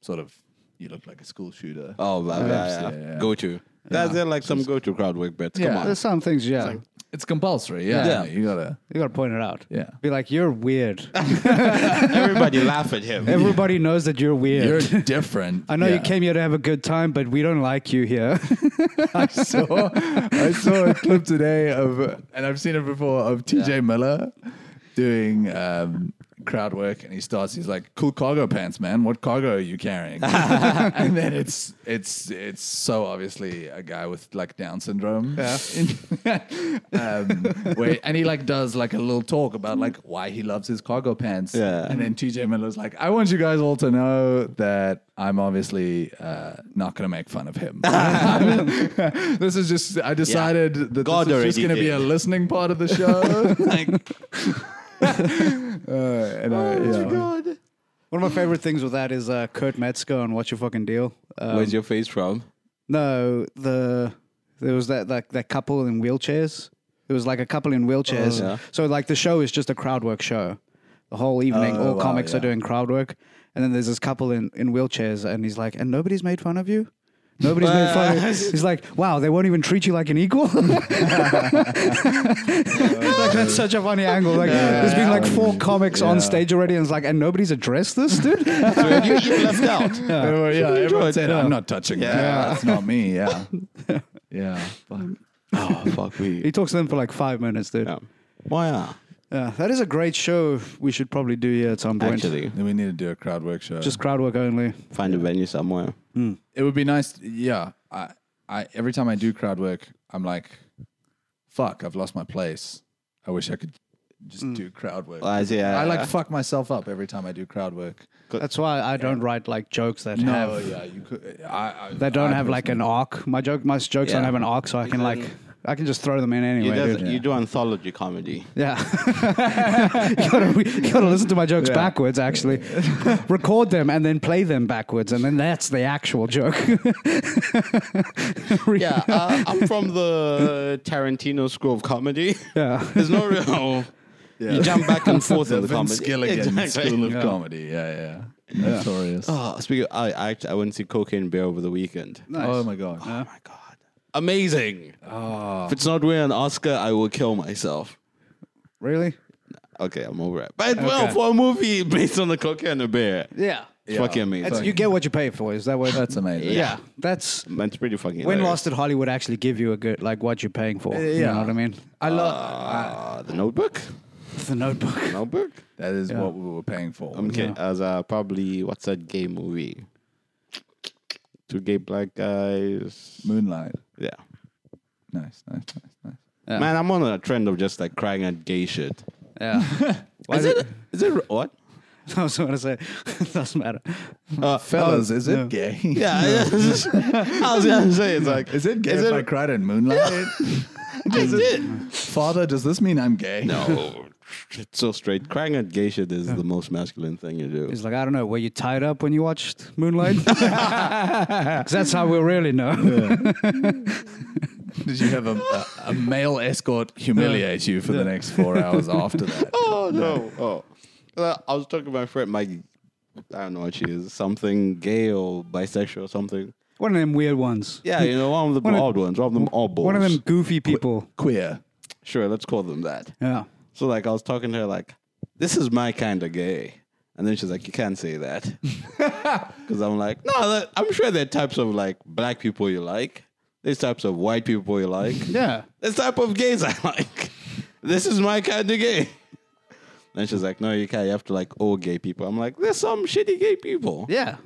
Speaker 2: sort of. You look like a school shooter.
Speaker 4: Oh, blah, blah, yeah,
Speaker 2: yeah, yeah.
Speaker 4: Go-to. That's it, like some go-to crowd work bits. Come
Speaker 2: Yeah.
Speaker 4: on.
Speaker 3: There's some things, yeah,
Speaker 2: It's compulsory. Yeah,
Speaker 4: Yeah.
Speaker 2: you gotta.
Speaker 3: you gotta point it out.
Speaker 2: Yeah.
Speaker 3: Be like, you're weird.
Speaker 4: Everybody laugh at him.
Speaker 3: Everybody knows that you're weird.
Speaker 2: You're different.
Speaker 3: I know you
Speaker 2: Yeah.
Speaker 3: came here to have a good time, but we don't like you here.
Speaker 2: I saw I saw a clip today of and I've seen it before of TJ Miller doing um, crowd work and he starts he's like cool cargo pants man what cargo are you carrying and then it's it's it's so obviously a guy with like down syndrome um, where, and he like does like a little talk about like why he loves his cargo pants
Speaker 4: Yeah.
Speaker 2: and then TJ Miller's like I want you guys all to know that I'm obviously uh, not gonna make fun of him this is just I decided that
Speaker 4: God
Speaker 2: this is just
Speaker 4: already
Speaker 2: going to be
Speaker 4: did.
Speaker 2: a listening part of the show. like, uh, and I, yeah.
Speaker 4: Oh, God.
Speaker 3: One of my favorite things with that is uh, Kurt Metzger on What's Your Fucking Deal. Um,
Speaker 4: Where's your face from?
Speaker 3: No, the there was that that, that couple in wheelchairs. There was like a couple in wheelchairs.
Speaker 4: Oh. Yeah.
Speaker 3: So like the show is just a crowd work show. The whole evening,
Speaker 2: Oh,
Speaker 3: all
Speaker 2: wow,
Speaker 3: comics
Speaker 2: yeah.
Speaker 3: are doing crowd work, and then there's this couple in, in wheelchairs, and he's like, and nobody's made fun of you. Nobody's made fun. of you. He's like, wow, they won't even treat you like an equal. like that's such a funny angle. Like there's been like four comics on stage already, and it's like, and nobody's addressed this dude.
Speaker 4: you, you left out.
Speaker 2: Everyone- yeah, everyone said,
Speaker 4: it, yeah.
Speaker 2: I'm not touching that.
Speaker 4: Yeah.
Speaker 2: That's not me. Yeah. yeah. Fuck.
Speaker 4: Oh, fuck me.
Speaker 3: he talks to them for like five minutes, dude.
Speaker 4: Yeah. Why uh, not?
Speaker 3: Yeah, that is a great show. We should probably do here at some point.
Speaker 4: Actually,
Speaker 2: Then we need to do a crowd work show.
Speaker 3: just crowd work only.
Speaker 4: find a venue somewhere.
Speaker 2: it would be nice. Yeah. I, I every time I do crowd work, I'm like, fuck, I've lost my place. I wish I could just do crowd work.
Speaker 4: Well, Mm. I see,
Speaker 2: I like
Speaker 4: uh,
Speaker 2: fuck myself up every time I do crowd work.
Speaker 3: That's why I don't write like jokes that
Speaker 2: No,
Speaker 3: have
Speaker 2: yeah, you could. I, I,
Speaker 3: that don't
Speaker 2: I
Speaker 3: have like an arc. My joke, my jokes don't
Speaker 4: Yeah.
Speaker 3: have an arc, so I can like I can just throw them in
Speaker 4: You,
Speaker 3: anyway.
Speaker 4: does-
Speaker 3: dude.
Speaker 4: you do anthology comedy.
Speaker 3: Yeah, you, gotta, re- you gotta listen to my jokes backwards. Actually, record them and then play them backwards, and then that's the actual joke. Re-
Speaker 4: Yeah, uh, I'm from the Tarantino school of comedy.
Speaker 3: yeah.
Speaker 4: There's no real. You jump back and forth in the comedy.
Speaker 2: Vince Gilligan
Speaker 4: Exactly.
Speaker 2: School of Comedy. Yeah, yeah. Notorious. Oh,
Speaker 4: Oh, speaking of, I, I, I went to see Cocaine Bear over the weekend.
Speaker 2: my god.
Speaker 4: Oh my god. Amazing.
Speaker 3: Ah.
Speaker 4: If it's not winning an Oscar, I will kill myself.
Speaker 3: Really?
Speaker 4: Okay, I'm over it. But well, for a movie based on the cocaine and the bear,
Speaker 3: Yeah.
Speaker 4: it's fucking amazing.
Speaker 3: It's, you get what you pay for. Is that what?
Speaker 2: That's amazing.
Speaker 3: yeah. That's
Speaker 4: it's pretty fucking.
Speaker 3: When
Speaker 4: hilarious.
Speaker 3: last did Hollywood actually give you a good like what you're paying for? You
Speaker 2: yeah.
Speaker 3: know what I mean?
Speaker 2: I love
Speaker 4: Uh, the Notebook.
Speaker 3: The Notebook.
Speaker 4: Notebook.
Speaker 2: that is what we were paying for.
Speaker 4: Okay, as uh, probably what's that gay movie? Two gay black guys.
Speaker 2: Moonlight.
Speaker 4: Yeah.
Speaker 2: Nice, nice, nice, nice.
Speaker 4: Man, I'm on a trend of just like crying at gay shit.
Speaker 3: Yeah. Why
Speaker 4: Is
Speaker 3: did-
Speaker 4: it? Is it what?
Speaker 3: I was going to say it doesn't matter.
Speaker 4: Uh,
Speaker 2: Fellas, is
Speaker 3: yeah.
Speaker 2: it gay?
Speaker 4: Yeah, yeah. I was gonna say it's like
Speaker 2: Is it gay if I cried in Moonlight?
Speaker 4: is it?
Speaker 2: Father, does this mean I'm gay?
Speaker 4: No, it's so straight. Crying at gay shit is the most masculine thing you do.
Speaker 3: He's like, I don't know, were you tied up when you watched Moonlight? 'Cause that's how we'll really know.
Speaker 2: Did you have a, a, a male escort humiliate you for the next four hours after that?
Speaker 4: Oh no! Oh, Well, I was talking to my friend, my I don't know what she is, something gay or bisexual or something.
Speaker 3: One of them weird ones.
Speaker 4: Yeah, you know, one of the
Speaker 3: One of-
Speaker 4: Oh, odd ones, one of them oddballs.
Speaker 3: One of them goofy people.
Speaker 2: Queer.
Speaker 4: Sure, let's call them that.
Speaker 3: Yeah.
Speaker 4: So like I was talking to her like, this is my kind of gay. And then she's like, you can't say that. Because I'm like, no, that, I'm sure there are types of like black people you like. There's types of white people you like.
Speaker 3: Yeah.
Speaker 4: There's type of gays I like. This is my kind of gay. Then she's like, no, you can't. You have to like all gay people. I'm like, there's some shitty gay people.
Speaker 3: Yeah.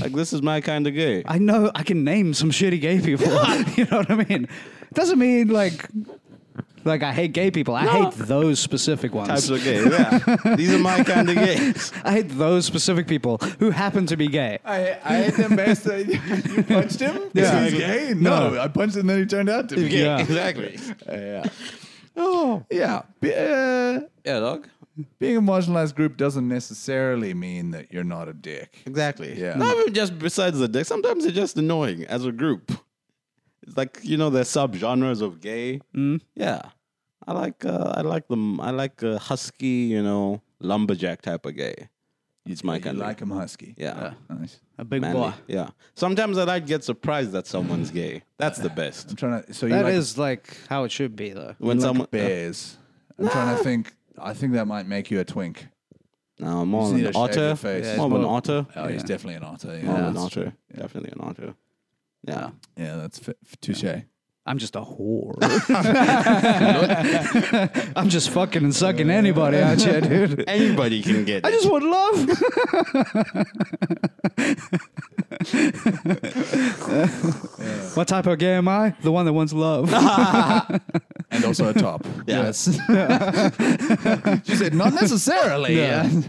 Speaker 4: Like, this is my kind of gay.
Speaker 3: I know I can name some shitty gay people. you know what I mean? Doesn't mean like like I hate gay people. I hate those specific ones.
Speaker 4: types of gay. Yeah. These are my kind of gays.
Speaker 3: I hate those specific people who happen to be gay.
Speaker 2: I, I hate them best. that you punched him?
Speaker 3: Yeah.
Speaker 2: He's gay? No, I punched him and then he turned out to be gay.
Speaker 3: Yeah.
Speaker 4: Exactly.
Speaker 2: Yeah. Oh. Yeah. Be- uh,
Speaker 4: Yeah, dog.
Speaker 2: being a marginalized group doesn't necessarily mean that you're not a dick.
Speaker 4: Exactly.
Speaker 2: Yeah.
Speaker 4: Not even just besides the dick. Sometimes they're just annoying as a group. It's like you know there's subgenres of gay. Mm. Yeah. I like uh, I like them. I like uh, husky. You know lumberjack type of gay. It's my
Speaker 2: You
Speaker 4: kind of
Speaker 2: like him husky.
Speaker 4: Yeah.
Speaker 2: Nice.
Speaker 3: A big
Speaker 4: manly.
Speaker 3: boy.
Speaker 4: Yeah. Sometimes I like get surprised that someone's gay. That's the best.
Speaker 2: I'm trying to. So you
Speaker 3: That
Speaker 2: like
Speaker 3: is like how it should be though.
Speaker 4: When someone
Speaker 2: bears. I'm trying to think. I think that might make you a twink.
Speaker 4: no more
Speaker 2: You
Speaker 4: of
Speaker 2: just need to
Speaker 4: an
Speaker 2: shave your
Speaker 4: otter.
Speaker 2: face. Yeah,
Speaker 4: more of
Speaker 3: it's
Speaker 4: an
Speaker 3: more-
Speaker 4: otter.
Speaker 2: Oh, he's definitely an otter. Yeah,
Speaker 4: More of Oh, an
Speaker 2: that's,
Speaker 4: otter. Definitely an otter. Yeah.
Speaker 2: yeah, that's fi- f- touche.
Speaker 3: I'm just a whore. I'm just fucking and sucking anybody out here, dude.
Speaker 4: Anybody can get.
Speaker 3: I
Speaker 4: it.
Speaker 3: just want love. what type of gay am I? The one that wants love.
Speaker 2: And also a top.
Speaker 4: Yeah.
Speaker 2: Yes. she said, not necessarily.
Speaker 3: Yeah.
Speaker 4: You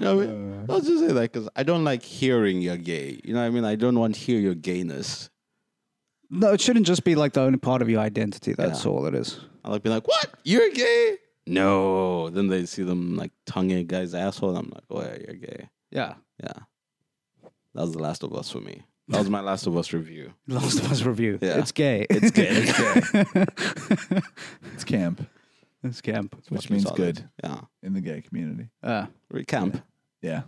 Speaker 4: know what I mean? I'll just say that because I don't like hearing you're gay. You know what I mean? I don't want to hear your gayness.
Speaker 3: No, it shouldn't just be like the only part of your identity. That's all it is.
Speaker 4: I like being like, what? You're gay? No. Then they see them like tonguing a guy's asshole. And I'm like, oh, yeah, you're gay.
Speaker 3: Yeah.
Speaker 4: Yeah. That was The Last of Us for me. That was my Last of Us review.
Speaker 3: Last of Us review.
Speaker 4: Yeah.
Speaker 3: It's gay.
Speaker 4: It's gay. It's gay.
Speaker 2: It's camp,
Speaker 3: it's camp.
Speaker 2: which
Speaker 4: Fucking
Speaker 2: means
Speaker 4: solid.
Speaker 2: good
Speaker 4: Yeah.
Speaker 2: in the gay community.
Speaker 3: Uh,
Speaker 4: Recamp.
Speaker 2: Yeah.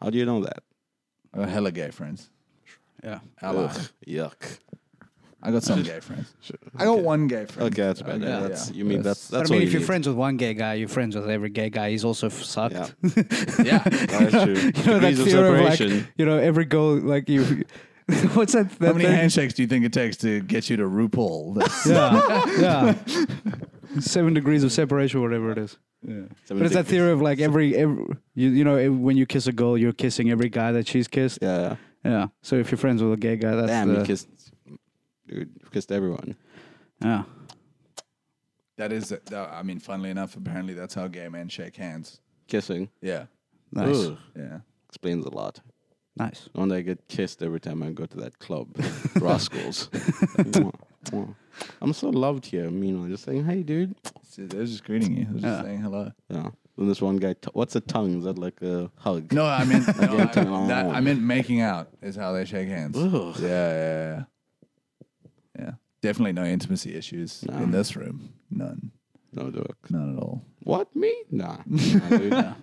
Speaker 4: How do you know that?
Speaker 2: I got hella gay friends.
Speaker 3: yeah.
Speaker 2: Ally.
Speaker 4: Ugh, yuck.
Speaker 2: I got some gay friends. I got one gay friend.
Speaker 4: Okay, that's better.
Speaker 2: Yeah.
Speaker 4: That's, You mean that's,
Speaker 2: That's-
Speaker 3: But
Speaker 4: that's
Speaker 3: I
Speaker 4: all
Speaker 3: mean,
Speaker 4: you
Speaker 3: if you're
Speaker 4: need.
Speaker 3: friends with one gay guy, you're friends with every gay guy. He's also f- sucked.
Speaker 4: Yeah.
Speaker 2: Yeah.
Speaker 4: That's true.
Speaker 3: You know that
Speaker 4: Degrees of
Speaker 3: fear of like,
Speaker 4: separation.
Speaker 3: you know, every girl like you. What's that? that
Speaker 2: How many
Speaker 3: thing?
Speaker 2: handshakes do you think it takes to get you to RuPaul? That's,
Speaker 3: Yeah, yeah. Seven degrees of separation, whatever it is. But it's that theory of like every, every you, you know, ev- when you kiss a girl, you're kissing every guy that she's kissed. Yeah.
Speaker 4: Yeah.
Speaker 3: So if you're friends with a gay guy, that's
Speaker 4: Damn,
Speaker 3: the,
Speaker 4: you kissed, dude, you kissed everyone.
Speaker 3: yeah.
Speaker 2: that is, that- I mean, funnily enough, apparently that's how gay men shake hands.
Speaker 4: Kissing.
Speaker 2: Yeah.
Speaker 3: Nice,
Speaker 4: Ugh,
Speaker 2: Yeah.
Speaker 4: explains a lot.
Speaker 3: nice.
Speaker 4: No wonder I get kissed every time I go to that club. Rascals. I'm so loved here. Meanwhile, just saying, hey, dude.
Speaker 2: See, they're just greeting you. They're just
Speaker 3: Yeah.
Speaker 2: saying hello.
Speaker 4: Yeah. Then this one guy, t- what's a tongue? Is that like a hug?
Speaker 2: No, I mean, no,
Speaker 4: Again, turn
Speaker 2: I, that,
Speaker 4: on.
Speaker 2: I meant making out is how they shake hands.
Speaker 4: Ugh.
Speaker 2: Yeah, yeah, yeah. Yeah. Definitely no intimacy issues in this room. None.
Speaker 4: No joke.
Speaker 2: None at all.
Speaker 4: What, me? Nah. Nah, dude.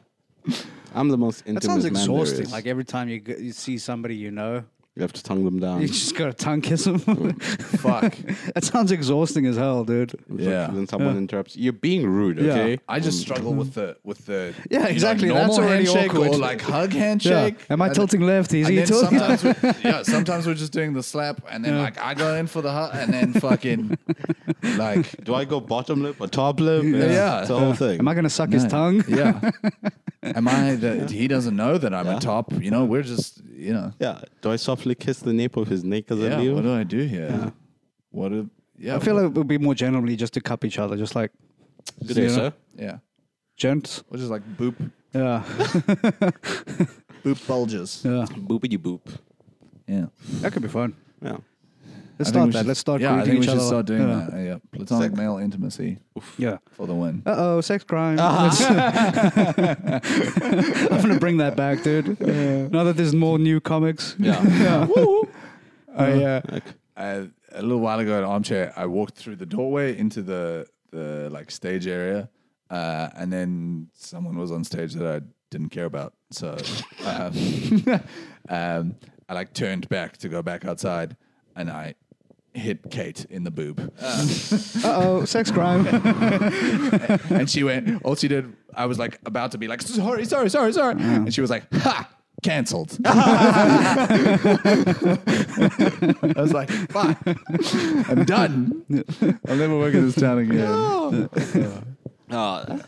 Speaker 4: I'm the most intimate
Speaker 3: That sounds
Speaker 4: man there
Speaker 3: exhausting.
Speaker 4: is.
Speaker 3: Like every time you, g- you see somebody you know,
Speaker 4: you have to tongue them down.
Speaker 3: you just gotta tongue kiss them.
Speaker 4: Mm.
Speaker 2: Fuck.
Speaker 3: that sounds exhausting as hell, dude.
Speaker 4: It's like
Speaker 2: yeah.
Speaker 4: Then someone interrupts. You're being rude,
Speaker 3: Yeah.
Speaker 4: okay?
Speaker 2: I just struggle with the with the
Speaker 3: Mm-hmm. Yeah,
Speaker 2: like,
Speaker 3: exactly.
Speaker 2: normal
Speaker 3: That's already
Speaker 2: handshake
Speaker 3: awkward.
Speaker 2: or like hug handshake.
Speaker 3: Yeah. Am I
Speaker 2: And-
Speaker 3: tilting left? Is
Speaker 2: And
Speaker 3: he
Speaker 2: then
Speaker 3: tilting?
Speaker 2: sometimes, we, yeah, sometimes we're just doing the slap, and then like I go in for the hug, and then fucking like
Speaker 4: Do I go bottom lip or top lip? Yeah. It's the whole thing.
Speaker 3: Am I gonna suck his tongue?
Speaker 2: Yeah. Am I that he doesn't know that I'm a top? You know, we're just you know.
Speaker 4: yeah. Do I softly kiss the nape of his neck as I
Speaker 2: Yeah.
Speaker 4: leave?
Speaker 2: What do I do here? What a yeah.
Speaker 3: I feel
Speaker 2: what-
Speaker 3: like it would be more generally just to cup each other, just like
Speaker 4: Good day,
Speaker 3: Yeah.
Speaker 4: sir.
Speaker 2: yeah.
Speaker 3: gents.
Speaker 2: We're just like boop
Speaker 3: Yeah.
Speaker 2: boop bulges.
Speaker 3: Yeah.
Speaker 4: Boopity boop.
Speaker 2: Yeah.
Speaker 3: That could be fun.
Speaker 4: Yeah.
Speaker 3: Let's
Speaker 2: I think
Speaker 3: start
Speaker 2: we
Speaker 3: that.
Speaker 2: should-
Speaker 3: Let's start
Speaker 2: Yeah, I
Speaker 3: greeting
Speaker 2: think we
Speaker 3: each
Speaker 2: should
Speaker 3: other.
Speaker 2: start doing
Speaker 3: yeah.
Speaker 2: that. Yeah, platonic
Speaker 4: Sex-
Speaker 2: male intimacy
Speaker 3: Yeah.
Speaker 2: for the win.
Speaker 3: Uh oh, sex crime.
Speaker 2: Ah.
Speaker 3: Let's- I'm gonna bring that back, dude. Now that there's more new comics. Oh,
Speaker 4: Yeah. Woo.
Speaker 2: I, uh, I- a little while ago at Armchair, I walked through the doorway into the the like stage area, uh, and then someone was on stage that I didn't care about. So um, um, I like turned back to go back outside, and I hit Kate in the boob.
Speaker 3: Uh oh, sex crime.
Speaker 2: and she went, all she did, I was like about to be like, sorry, sorry, sorry, sorry. And she was like, ha, canceled. I was like, fine, I'm done. I'll never work in this town again.
Speaker 4: Oh,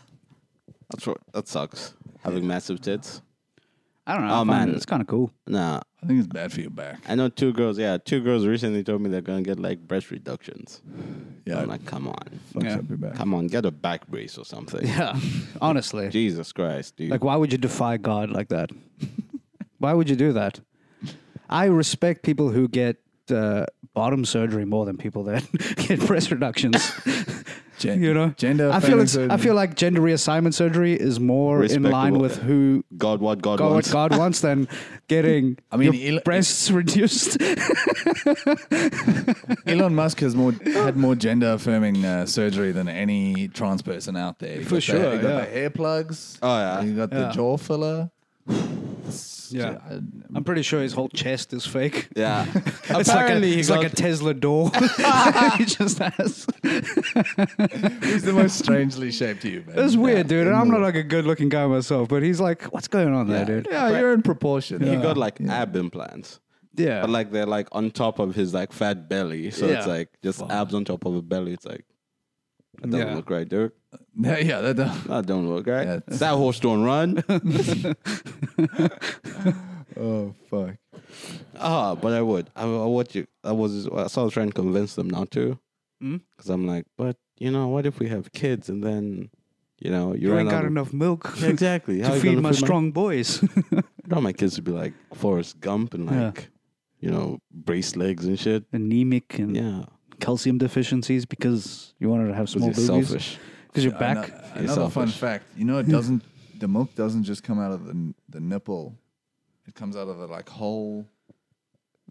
Speaker 4: that's what, that sucks. Having massive tits.
Speaker 3: I don't know.
Speaker 4: Oh,
Speaker 3: I find
Speaker 4: man.
Speaker 3: it- it's kind of cool.
Speaker 4: Nah,
Speaker 2: I think it's bad for your back.
Speaker 4: I know two girls. Yeah, two girls recently told me they're gonna get like breast reductions.
Speaker 2: Yeah,
Speaker 4: I'm like, come on,
Speaker 2: fucks
Speaker 3: yeah.
Speaker 2: up your back.
Speaker 4: come on, get a back brace or something.
Speaker 3: Yeah, honestly.
Speaker 4: Jesus Christ, dude.
Speaker 3: Like, why would you defy God like that? why would you do that? I respect people who get uh, bottom surgery more than people that get breast reductions.
Speaker 2: Gen-
Speaker 3: you know,
Speaker 2: gender.
Speaker 3: I
Speaker 2: offending
Speaker 3: feel it's, I
Speaker 2: surgery.
Speaker 3: feel like gender reassignment surgery is more in line
Speaker 4: Respectable.
Speaker 3: with who
Speaker 4: God, what God,
Speaker 3: God,
Speaker 4: wants.
Speaker 3: what God wants than getting
Speaker 2: I mean,
Speaker 3: your
Speaker 2: Eli-
Speaker 3: breasts reduced.
Speaker 2: Elon Musk has more had more gender affirming uh, surgery than any trans person out there. He
Speaker 3: For
Speaker 2: got
Speaker 3: sure,
Speaker 2: the, he got
Speaker 3: yeah.
Speaker 2: the hair plugs.
Speaker 4: Oh, yeah.
Speaker 2: he got
Speaker 3: Yeah.
Speaker 2: the jaw filler.
Speaker 3: Yeah.
Speaker 2: I-
Speaker 3: I'm pretty sure his whole chest is fake.
Speaker 4: Yeah.
Speaker 3: It's
Speaker 4: Apparently,
Speaker 3: like a,
Speaker 4: he
Speaker 3: it's
Speaker 4: got
Speaker 3: like a Tesla door. he just has.
Speaker 2: he's the most strangely shaped human.
Speaker 3: It's weird, dude. And I'm
Speaker 4: Mm.
Speaker 3: not like a good-looking guy myself, but he's like, "What's going on there, dude?"
Speaker 2: Yeah, you're in proportion.
Speaker 4: he got like ab implants.
Speaker 3: Yeah.
Speaker 4: But like they're like on top of his like fat belly, so it's
Speaker 3: Yeah.
Speaker 4: like just abs on top of a belly. It's like that doesn't
Speaker 3: Yeah.
Speaker 4: look right, dude.
Speaker 2: yeah, yeah. That, that-
Speaker 4: That don't look right.
Speaker 2: Yeah.
Speaker 4: That horse don't run.
Speaker 2: oh fuck.
Speaker 4: Ah, but I would. I, I watch you. I was. I was trying to convince them not to,
Speaker 3: Hmm?
Speaker 4: because I'm like, but you know, what if we have kids and then, you know, you,
Speaker 3: you
Speaker 4: run
Speaker 3: ain't got
Speaker 4: out of-
Speaker 3: enough milk
Speaker 4: Yeah, exactly.
Speaker 3: to
Speaker 4: you
Speaker 3: feed
Speaker 4: gonna
Speaker 3: my strong boys.
Speaker 4: I don't want my kids to be like Forrest Gump and
Speaker 3: Yeah.
Speaker 4: like, you know, brace legs and shit.
Speaker 3: Anemic and
Speaker 4: Yeah,
Speaker 3: calcium deficiencies because you wanted to have small
Speaker 4: because
Speaker 3: boobies.
Speaker 4: you're selfish.
Speaker 3: Because you're back.
Speaker 2: Ano-
Speaker 4: You're
Speaker 2: another fun
Speaker 4: selfish.
Speaker 2: fact. You know, it doesn't. the milk doesn't just come out of the the nipple. It comes out of the like whole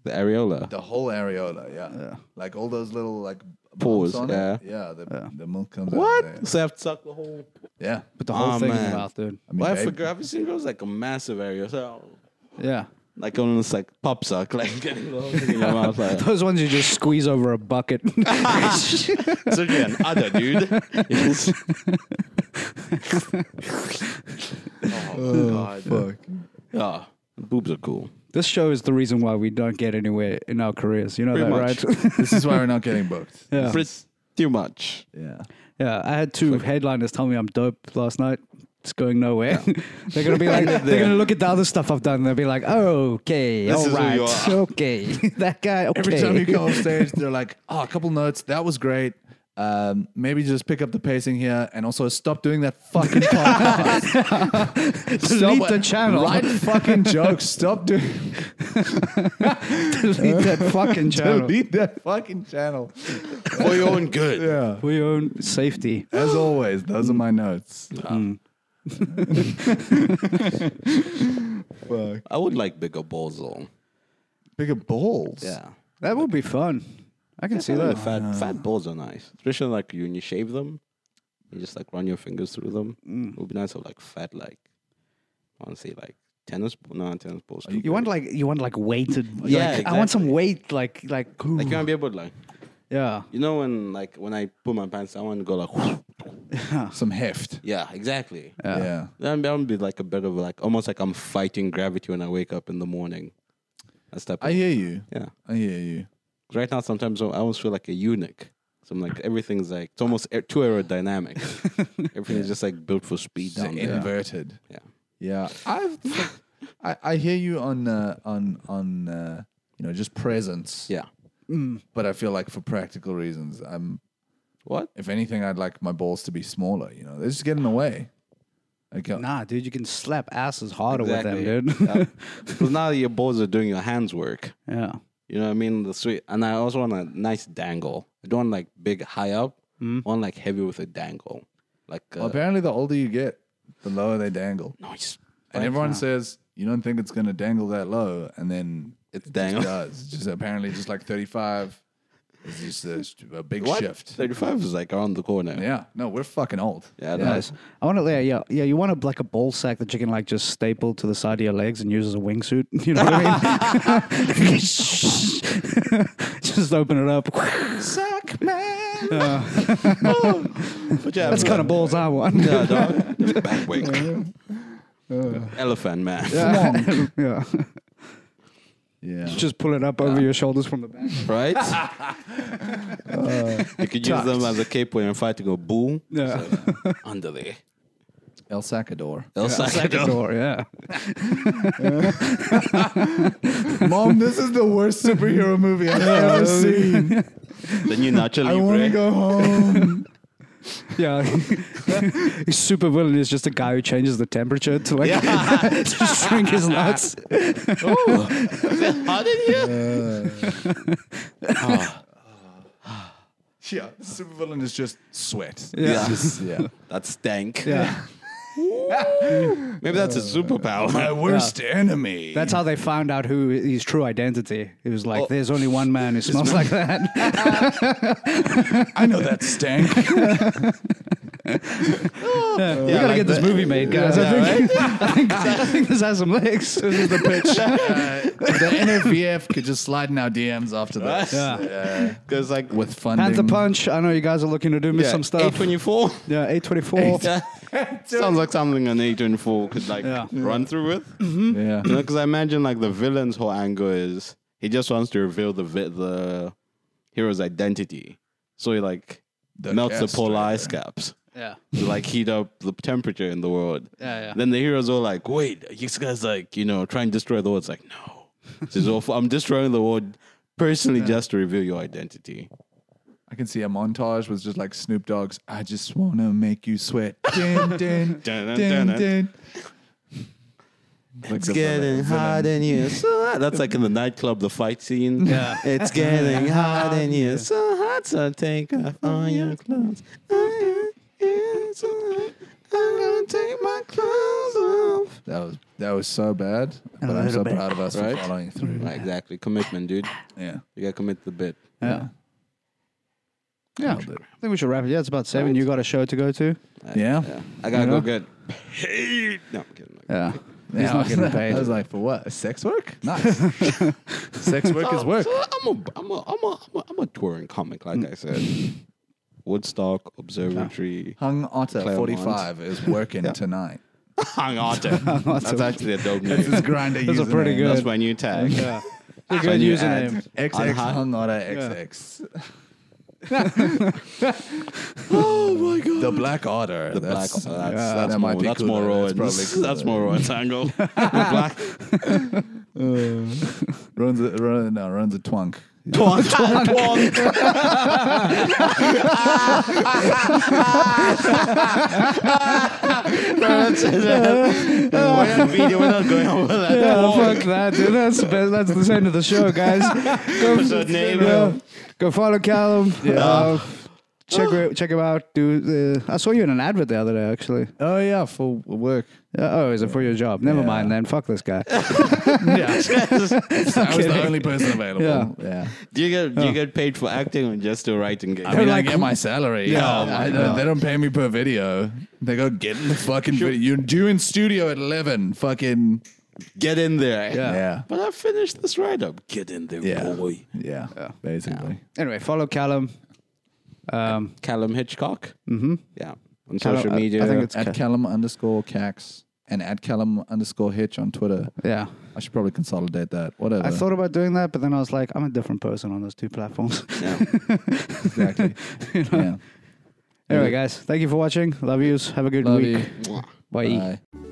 Speaker 4: The areola.
Speaker 2: the whole areola. Yeah.
Speaker 3: Yeah.
Speaker 2: Like all those little like bumps
Speaker 4: Pores,
Speaker 2: on
Speaker 4: yeah.
Speaker 2: It. Yeah. The, the milk comes out. of
Speaker 4: What?
Speaker 2: there.
Speaker 4: So I have to suck the whole.
Speaker 2: Yeah.
Speaker 3: But the whole
Speaker 4: Oh,
Speaker 3: thing
Speaker 4: man.
Speaker 3: about dude.
Speaker 2: I mean,
Speaker 4: Well, I
Speaker 2: babe,
Speaker 4: forgot. Have you seen girls like a massive areola? So,
Speaker 3: Yeah.
Speaker 4: like almost like pop suck, like getting the whole thing in your mouth. Like,
Speaker 3: Those ones you just squeeze over a bucket.
Speaker 4: so you're an udder, dude. Yes. oh, God.
Speaker 2: fuck.
Speaker 4: Yeah, Ah, boobs are cool.
Speaker 3: this show is the reason why we don't get anywhere in our careers. You know
Speaker 4: Pretty
Speaker 3: that,
Speaker 4: much.
Speaker 3: right?
Speaker 2: this is why we're not getting booked.
Speaker 3: yeah.
Speaker 4: Pretty much.
Speaker 2: Yeah.
Speaker 3: Yeah, I had two headliners tell me I'm dope last night. It's going nowhere. they're gonna be like, they're gonna look at the other stuff I've done. and They'll be like, okay,
Speaker 4: This
Speaker 3: all
Speaker 4: is who
Speaker 3: right,
Speaker 4: you are."
Speaker 3: okay, that guy. Okay.
Speaker 2: Every time you come on stage, they're like, "Oh, a couple notes. That was great. Um, maybe just pick up the pacing here, and also stop doing that fucking podcast.
Speaker 3: delete the channel,
Speaker 2: Write fucking jokes. Stop doing.
Speaker 3: delete that fucking channel
Speaker 2: Delete that fucking channel.
Speaker 4: For your own good.
Speaker 2: Yeah.
Speaker 3: for your own safety.
Speaker 2: As always, those are my notes. Fuck.
Speaker 4: I would like bigger balls though.
Speaker 2: Bigger balls.
Speaker 3: That would be fun. I can see that.
Speaker 4: fat fat balls are nice, especially like you, when you shave them. You just like run your fingers through them. It would be nice to have like fat like, I want to say like tennis ball. No, tennis balls. too
Speaker 3: You want
Speaker 4: big.
Speaker 3: like you want like weighted.
Speaker 4: Yeah,
Speaker 3: like, I want some
Speaker 4: exactly.
Speaker 3: weight. Like like,
Speaker 4: like you want to be able to like
Speaker 3: yeah.
Speaker 4: you know when like when I put my pants, down, I want to go like
Speaker 2: Some heft.
Speaker 4: yeah exactly.
Speaker 2: Yeah.
Speaker 4: Then that would be like a bit of like almost like I'm fighting gravity when I wake up in the morning. That's type.
Speaker 2: I
Speaker 4: of,
Speaker 2: hear you.
Speaker 4: yeah.
Speaker 2: I hear you.
Speaker 4: Right now, sometimes I almost feel like a eunuch. So I'm like everything's like it's almost aer- too aerodynamic. Everything's just like built for speed
Speaker 2: So
Speaker 4: down there.
Speaker 2: inverted.
Speaker 4: Yeah.
Speaker 2: Yeah, I've, I I hear you on uh, on on uh, you know just presence.
Speaker 4: Yeah.
Speaker 2: But I feel like for practical reasons, I'm
Speaker 4: What?
Speaker 2: if anything, I'd like my balls to be smaller. You know, they just get in the way. Like, uh,
Speaker 3: Nah, dude, you can slap asses harder with them, dude.
Speaker 4: Because now your balls are doing your hands work.
Speaker 3: yeah.
Speaker 4: You know what I mean? The sweet, and I also want a nice dangle. I don't want like big high up. I want like heavy with a dangle, like uh,
Speaker 2: Hmm? well, apparently, the older you get, the lower they dangle.
Speaker 4: nice.
Speaker 2: And everyone says you don't think it's going to dangle that low, and then
Speaker 4: It's
Speaker 2: it
Speaker 4: dangle.
Speaker 2: does. Just apparently, just like thirty five. It's just a, s- a big
Speaker 4: What?
Speaker 2: shift.
Speaker 4: 35 is like around the corner.
Speaker 2: Yeah. No, we're fucking old.
Speaker 4: Yeah,
Speaker 3: Nice. I want to, yeah, yeah, yeah. You want a, like a ball sack that you can like just staple to the side of your legs and use as a wingsuit. You know what I mean? just open it up.
Speaker 2: Suck, man.
Speaker 3: That's kind of balls I want.
Speaker 4: Yeah, dog. Back wing. Elephant man.
Speaker 3: yeah.
Speaker 2: Yeah.
Speaker 3: Just pull it up over your shoulders from the back.
Speaker 4: Right? Uh, you could use them as a cape when you're fighting a bull.
Speaker 3: Yeah.
Speaker 4: Under there.
Speaker 2: El Sacador.
Speaker 4: El Salvador.
Speaker 3: Door, yeah.
Speaker 2: Mom, this is the worst superhero movie I've ever seen.
Speaker 4: Then you naturally
Speaker 2: I want to
Speaker 4: pray.
Speaker 2: go home.
Speaker 3: Yeah. Super villain is just a guy who changes the temperature to like to shrink his nuts.
Speaker 4: Is it hot in here?
Speaker 2: yeah, uh, supervillain is just sweat.
Speaker 4: Yeah.
Speaker 2: Yeah.
Speaker 4: That's stank.
Speaker 3: Yeah.
Speaker 4: Maybe that's a superpower.
Speaker 2: My worst enemy.
Speaker 3: That's how they found out who his true identity. It was like, there's only one man who smells like that.
Speaker 2: I know that stank. Uh,
Speaker 3: we gotta
Speaker 4: like
Speaker 3: get this
Speaker 4: the-
Speaker 3: movie made, guys. I, think, I think I think this has some legs. This is the pitch.
Speaker 2: Uh, the NFBF could just slide in our DMs after this.
Speaker 3: Yeah.
Speaker 4: Because like
Speaker 2: Uh, with funding.
Speaker 3: Panther punch. I know you guys are looking to do me
Speaker 4: yeah,
Speaker 3: some stuff.
Speaker 4: 824.
Speaker 3: yeah, eight twenty four.
Speaker 4: Yeah. Sounds like something an 824 could like
Speaker 3: Yeah.
Speaker 4: run through with.
Speaker 2: Yeah.
Speaker 4: You know, because I imagine like the villain's whole angle is he just wants to reveal the vi- the hero's identity, so he like
Speaker 2: The
Speaker 4: melts the
Speaker 2: cast
Speaker 4: polar
Speaker 2: right
Speaker 4: ice caps
Speaker 3: Yeah,
Speaker 4: to like heat up the temperature in the world.
Speaker 3: Yeah, yeah.
Speaker 4: Then the heroes all like, "Wait, this guy's like you know trying to destroy the world." It's like, no, this is awful. I'm destroying the world personally just to reveal your identity.
Speaker 2: I can see a montage with just like Snoop Dogg's I just wanna make you sweat. Dun, dun,
Speaker 4: Dun,
Speaker 2: dun,
Speaker 4: dun,
Speaker 2: dun,
Speaker 4: dun.
Speaker 2: Like the villain-
Speaker 4: in here. So hot. That's like in the nightclub, the fight scene.
Speaker 3: Yeah.
Speaker 4: It's getting hot in here. So hot. So take off all your clothes. I am here, so hot. I'm gonna take my clothes off.
Speaker 2: That was that was so bad, but I'm so proud of us
Speaker 4: Right? Mm-hmm.
Speaker 2: for following through.
Speaker 4: Right, exactly. Commitment, dude.
Speaker 2: Yeah.
Speaker 4: You gotta commit the bit.
Speaker 3: yeah, yeah. I
Speaker 2: Nailed it.
Speaker 3: think we should wrap it. Yeah, it's about seven. You got a show to go to.
Speaker 2: Yeah.
Speaker 4: Yeah. I gotta
Speaker 3: You
Speaker 4: go get paid. No, I'm kidding.
Speaker 3: Yeah,
Speaker 2: Yeah, I
Speaker 3: not
Speaker 2: was-
Speaker 3: getting paid.
Speaker 2: I was like, for what? Sex work? Nice. Sex work is work.
Speaker 4: Oh, So I'm a, I'm a, I'm a, I'm a, I'm a touring comic, like I said. Woodstock Observatory.
Speaker 2: Hung Otter
Speaker 4: Claremont.
Speaker 2: 45 is working tonight.
Speaker 4: Hang That's actually a dope name.
Speaker 2: That's his grinder
Speaker 3: Those are pretty
Speaker 2: username.
Speaker 3: good.
Speaker 4: That's my new tag.
Speaker 3: Yeah, It's a
Speaker 4: When
Speaker 3: good
Speaker 4: you
Speaker 3: username.
Speaker 2: That's
Speaker 4: On
Speaker 2: XX
Speaker 4: hot-
Speaker 2: Hung Otter XX.
Speaker 4: Oh my god.
Speaker 2: The Black Otter.
Speaker 4: The black.
Speaker 2: That's-
Speaker 4: That's, that's,
Speaker 2: that
Speaker 4: that's
Speaker 2: might
Speaker 4: more.
Speaker 2: be
Speaker 4: That's
Speaker 2: cooler.
Speaker 4: more raw. and-
Speaker 2: probably
Speaker 4: That's,
Speaker 2: cooler.
Speaker 4: more raw and tango. The black.
Speaker 2: Runs a, run, no, runs a twunk.
Speaker 4: Twonk, twonk, twonk. That's- that's- We're not video, we're not going over that.
Speaker 3: Yeah,
Speaker 4: Twonk.
Speaker 3: fuck that, dude. That's best. that's the end of the show, guys. Go,
Speaker 4: What's her name?
Speaker 3: yeah. go follow Callum. Uh, check her- check him out. Do uh, I saw you in an advert the other day actually?
Speaker 2: Oh, yeah, for work.
Speaker 3: Uh, oh, is it for your job? Never
Speaker 2: Yeah.
Speaker 3: mind then. Fuck this guy.
Speaker 2: Yeah. I was
Speaker 3: kidding.
Speaker 2: the only person available.
Speaker 3: Yeah.
Speaker 2: yeah.
Speaker 4: Do you get do you get paid for acting or just to write and
Speaker 2: I mean,
Speaker 3: They're
Speaker 2: I
Speaker 3: like-
Speaker 2: get my salary.
Speaker 4: Yeah.
Speaker 2: I- I don't- they don't pay me per video. They go get in the fucking video. You're due in studio at eleven. Fucking
Speaker 4: get in there?
Speaker 2: yeah,
Speaker 4: But I finished this write up. Get in there,
Speaker 2: yeah,
Speaker 4: boy.
Speaker 2: yeah. Basically,
Speaker 3: Anyway, follow Callum. Um,
Speaker 4: Callum Hitchcock.
Speaker 3: hmm
Speaker 4: Yeah. On
Speaker 3: Callum-
Speaker 4: social
Speaker 3: I- I
Speaker 4: media.
Speaker 3: think it's-
Speaker 2: at
Speaker 3: Ca-
Speaker 2: Callum underscore Cax and at Callum underscore Hitch on Twitter.
Speaker 3: Yeah.
Speaker 2: I should probably consolidate that. Whatever.
Speaker 3: I thought about doing that, but then I was like, I'm a different person on those two platforms.
Speaker 4: yeah.
Speaker 2: exactly. yeah.
Speaker 3: anyway, guys, thank you for watching. Love yous. Have a good
Speaker 2: Love you.
Speaker 3: week.
Speaker 4: Mwah.
Speaker 3: Bye.
Speaker 2: Bye.